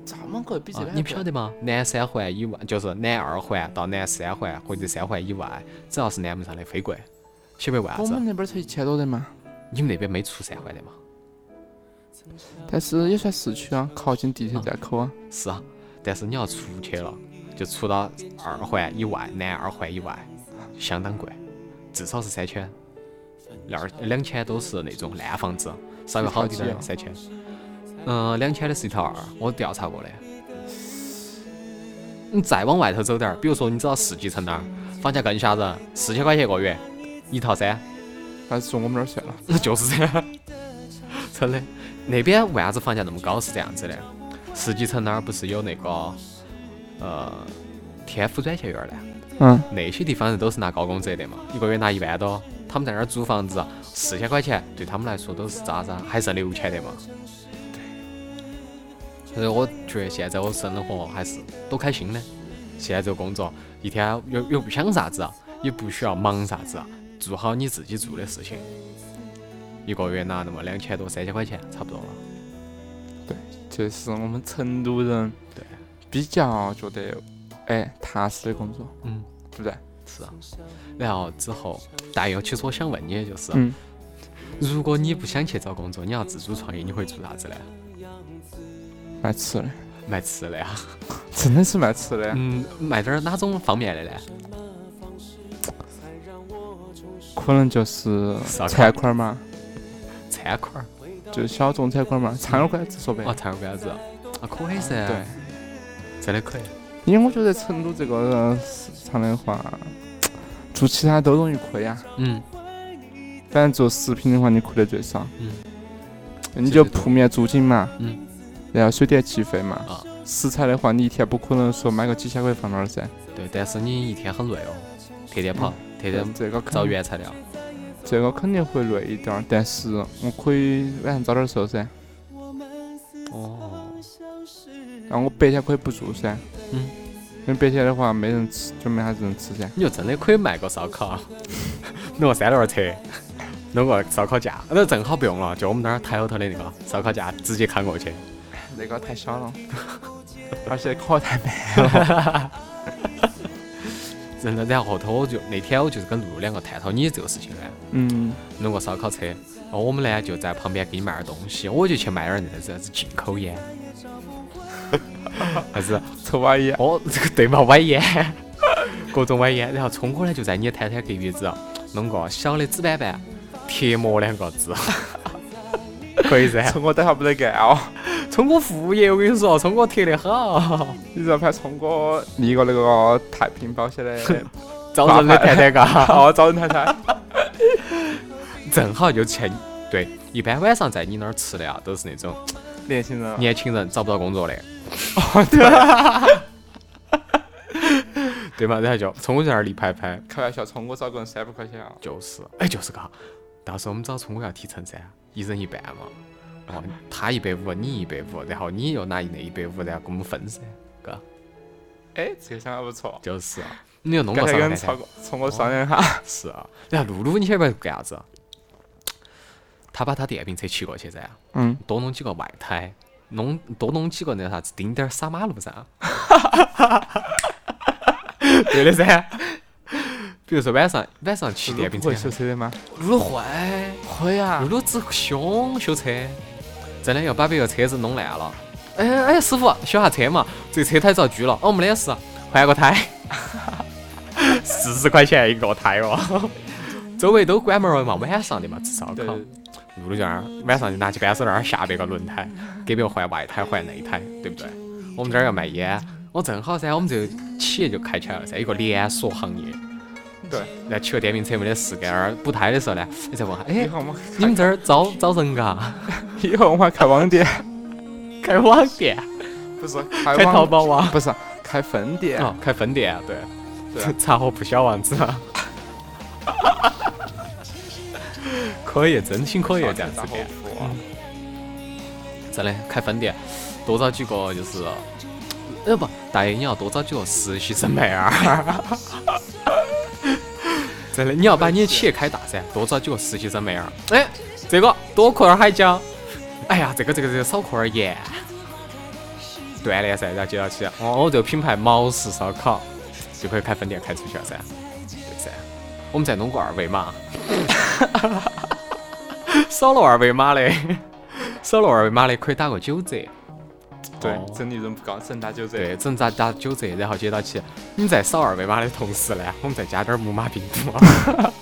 Speaker 5: 这么贵，比这
Speaker 1: 啊
Speaker 5: 边，
Speaker 1: 你不晓得吗？南三环以外，就是南二环到南三环或者三环以外，只要是南门上的，非贵。晓不晓得为啥
Speaker 5: 我
Speaker 1: 子啊
Speaker 5: 们？那边才一千多的嘛，
Speaker 1: 你们那边没出三环的吗？
Speaker 5: 但是也算市区啊，靠近地铁站口啊。
Speaker 1: 是啊，但是你要出去了，就出到二环以外，南二环以外，相当贵，至少是三千，两两千都是那种烂房子，稍微好一点
Speaker 5: 一
Speaker 1: 的
Speaker 5: 套几啊
Speaker 1: 三千。嗯，两千的是一套二，我调查过的。你再往外头走点儿，比如说你走到世纪城那儿，房价更吓人，四千块钱一个月，一套三。
Speaker 5: 但是住我们那儿啊算了，
Speaker 1: 就是这样， 真的。那边为啥子房价那么高是这样子的？世纪城那儿不是有那个呃天府软件园儿呢？
Speaker 5: 嗯，
Speaker 1: 那些地方人都是拿高工资的嘛，一个月拿一万多，他们在那儿租房子，啊四千块钱对他们来说都是渣渣，还剩六千的嘛。所以我觉得现在我生活还是多开心的。现在这个工作，一天又又不想啥子，也不需要忙啥子，啊做好你自己做的事情。一个月拿那么两千多、三千块钱，差不多了。
Speaker 5: 这是我们成都人
Speaker 1: 对，
Speaker 5: 比较觉得哎踏实的工作，
Speaker 1: 嗯，
Speaker 5: 对不对？
Speaker 1: 是啊。然后之后，但又其实我想问你，的就是、
Speaker 5: 嗯
Speaker 1: 如果你不想去找工作，你要自主创业，你会做啥子呢？
Speaker 5: 卖吃的，
Speaker 1: 卖吃的啊，
Speaker 5: 真的是卖吃的，
Speaker 1: 嗯，卖点儿哪种方面的呢？
Speaker 5: 可能就是
Speaker 1: 烧烤
Speaker 5: 餐馆儿嘛，
Speaker 1: 餐馆儿？
Speaker 5: 就是小众餐馆儿嘛，餐馆儿直说白
Speaker 1: 哦，。餐馆子？啊，可以噻，
Speaker 5: 对，，
Speaker 1: 真的可以。
Speaker 5: 因为我觉得成都这个呃市场的话，做其他都容易亏呀、
Speaker 1: 嗯
Speaker 5: 反正做食品的话，你亏的最少。
Speaker 1: 嗯，
Speaker 5: 你就铺面租金嘛，
Speaker 1: 嗯，
Speaker 5: 然后水电气费嘛。
Speaker 1: 啊，
Speaker 5: 食材的话，你一天不可能说买个几千块放那儿噻。
Speaker 1: 对，但是你一天很累哦，天天跑，天天
Speaker 5: 这个肯
Speaker 1: 找原材料。
Speaker 5: 这个肯定会累一点儿，但是我可以晚上早点收噻，
Speaker 1: 哦，
Speaker 5: 然后我白天可以不做噻。
Speaker 1: 嗯，
Speaker 5: 因为白天的话没人吃，就没啥子人吃噻。
Speaker 1: 你就真的可以卖个烧烤， 弄个三轮车，弄个烧烤架，啊那正好不用了，就我们那儿台后头的那个烧烤架直接扛过去。
Speaker 5: 哎那个 太小了，而且烤太慢了。
Speaker 1: 然然后头我就那天我就是跟露露两个探讨你这个事情唻，
Speaker 5: 嗯，
Speaker 1: 弄个烧烤车，然后我们呢就在旁边给你卖点东西，我就去卖点那啥子进口烟， 啥子
Speaker 5: 抽歪烟，
Speaker 1: 哦， 这个对嘛，歪烟，各种歪烟。然后聪哥呢，就在你摊摊隔壁子弄个小的纸板板，贴膜两个 字，可以噻。
Speaker 5: 冲我等下不得干哦。
Speaker 1: 聪哥副业，我跟你说，聪哥贴得好，
Speaker 5: 你这拍冲哥立个那个太平保险 的
Speaker 1: 招人的摊摊嘎，
Speaker 5: 哦，找人谈谈。
Speaker 1: 正好就去。对，一般晚上在你那儿吃的啊，都是那种
Speaker 5: 年轻人，啊
Speaker 1: 年轻人找不到工作的。
Speaker 5: 哦
Speaker 1: 对嘛，然后就聪哥在那儿一拍拍，
Speaker 5: 开玩笑，冲我找个人三百块钱啊，
Speaker 1: 就是，哎，就是嘎。到时候我们找聪哥要提成噻，一人一半嘛。哦，他一百五，你一百五，然后你又拿那一百五，然后给我们分噻，嘎，
Speaker 5: 哎，这个想法不错。
Speaker 1: 就是啊。你又弄
Speaker 5: 刚
Speaker 1: 个
Speaker 5: 才
Speaker 1: 啥
Speaker 5: 跟
Speaker 1: 来哦噻？
Speaker 5: 超哥冲我商量哈，
Speaker 1: 是啊。然后露露，你晓不晓得干啥子啊？他把他电瓶车骑过去噻，
Speaker 5: 嗯，
Speaker 1: 多弄几个外胎，弄多弄几个那啥子钉钉儿撒马路上。对的噻。比如说晚上晚上骑电瓶车，
Speaker 5: 修车的吗？
Speaker 1: 露露哎会。
Speaker 5: 会啊
Speaker 1: 露，露只凶修车，真的要把别个车子弄烂了。哎哎，师傅修下车嘛，这车胎遭锯了，哦没得事，换个胎，四十块钱一个胎哦。周围都关门了嘛，晚上的嘛吃烧烤，
Speaker 5: 对，
Speaker 1: 露露就那儿晚上就拿起扳手在那儿下别个轮胎，给别个换外胎换内胎，对不对？我们这儿要卖烟，我正好噻，我们这个企业就开起来了噻，有个连锁行业。
Speaker 5: 对，
Speaker 1: 然后骑个电瓶车没得事干，那儿补胎的时候呢，你再问下，哎
Speaker 5: 以，后我们
Speaker 1: 你们这儿招招人嘎？
Speaker 5: 以后我们还开网店，
Speaker 1: 开网店，
Speaker 5: 不是开
Speaker 1: 开淘
Speaker 5: 网，
Speaker 1: 宝啊？
Speaker 5: 不是开分店，
Speaker 1: 啊，开分店，对，
Speaker 5: 对啊
Speaker 1: 茶和铺小王子啊。 可以，真心
Speaker 5: 哦
Speaker 1: 可以这样子
Speaker 5: 大
Speaker 1: 干，
Speaker 5: 服啊，
Speaker 1: 真的开分店，多找几个就是，呃不，大爷你要多找几个实习生妹 儿。真的，你要把你的企业开大噻，多找几个实习生妹儿。哎，这个多扣点儿海椒，哎呀，这个这个这个少扣点儿盐，锻炼噻，然后接到起，哦，这个品牌毛氏烧烤就可以开分店开出去了噻，对噻。我们再弄个二维码， 扫了二维码的，扫了二维码的可以打个九折。哦
Speaker 5: 对，整利润不高，整打九折，
Speaker 1: 对，整咋打九折，然后接到起，你在扫二维码的同时呢，我们再加点儿木马病毒，啊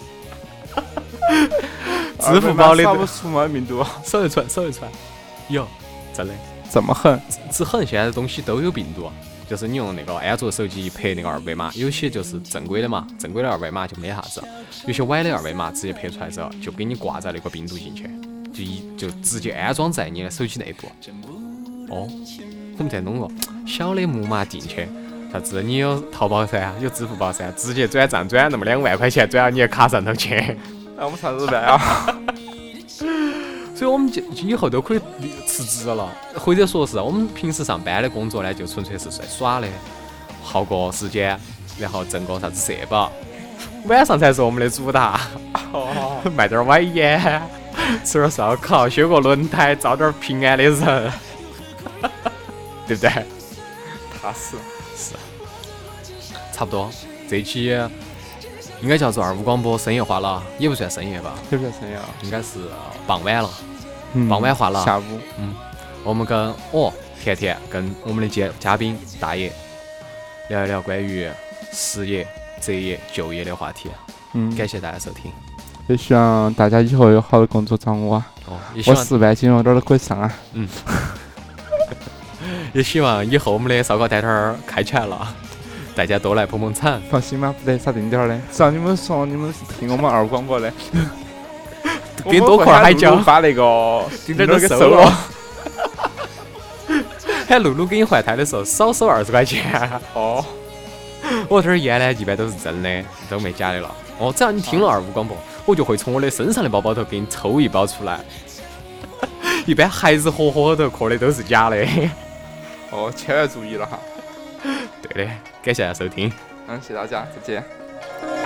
Speaker 5: 二
Speaker 1: 支
Speaker 5: 维
Speaker 1: 付
Speaker 5: 码
Speaker 1: 宝的
Speaker 5: 扫不出嘛，民族
Speaker 1: 搜一串，搜一串，有，真的，
Speaker 5: 这么狠，
Speaker 1: 只很现在的东西都有病毒，啊就是你用那个安卓手机一拍那个二维码，有些就是正规的嘛，正规的二维码就没啥子，有些歪的二维码直接拍出来之后就给你挂在那个病毒进去，就一就直接安装在你的手机内部。哦，我们再弄个哦小的木马进去。啥子？你有淘宝噻，有支付宝噻，直接转账转那么两万块钱转到你的卡上头去。
Speaker 5: 那我们啥子办啊？
Speaker 1: 所以我们就以后都可以离辞职了，或者说是我们平时上班的工作呢，就纯粹是在耍的，耗个时间，然后挣个啥子社保， 晚上才是我们的主打，
Speaker 5: 哦，
Speaker 1: 卖点儿歪烟， 吃点儿烧烤，修个轮胎，招点儿平安的人， 对不对？
Speaker 5: 踏 实，
Speaker 1: 差不多，这期应该叫做二五广播深夜化了，也不算深夜吧，
Speaker 5: 有点声音啊，
Speaker 1: 应该是傍晚了。
Speaker 5: 嗯
Speaker 1: 傍晚化了
Speaker 5: 下午
Speaker 1: 我们跟我甜甜跟我们的嘉嘉宾大爷聊一聊关于失业、择业、就业的话题。啊
Speaker 5: 嗯，
Speaker 1: 感谢大家收听。
Speaker 5: 也希望大家以后有好的工作找我啊，
Speaker 1: 哦，也希
Speaker 5: 我
Speaker 1: 望
Speaker 5: 十万金融哪儿都可以上啊，
Speaker 1: 也希望以后我们的烧烤摊摊儿开起来了， 大家都来捧捧场。，
Speaker 5: 放心吧，不得啥定点儿的，只要你们说你们是听我们二广播的
Speaker 1: 给多块海椒
Speaker 5: 我们会把那个
Speaker 1: 定
Speaker 5: 那
Speaker 1: 点儿都
Speaker 5: 个给
Speaker 1: 收
Speaker 5: 收
Speaker 1: 了。 喊露露给你换胎的时候少收二十块钱。
Speaker 5: 哦，
Speaker 1: 我这儿烟呢，一般都是真的，都没假的了。哦，只要你听了二五广播，我就会从我的身上的包包头给你抽一包出来。 一般孩子火火头磕的都是假的。
Speaker 5: 哦，千万注意了哈，
Speaker 1: 对的，感谢大家收听。
Speaker 5: 嗯，谢谢大家，再见。
Speaker 4: 我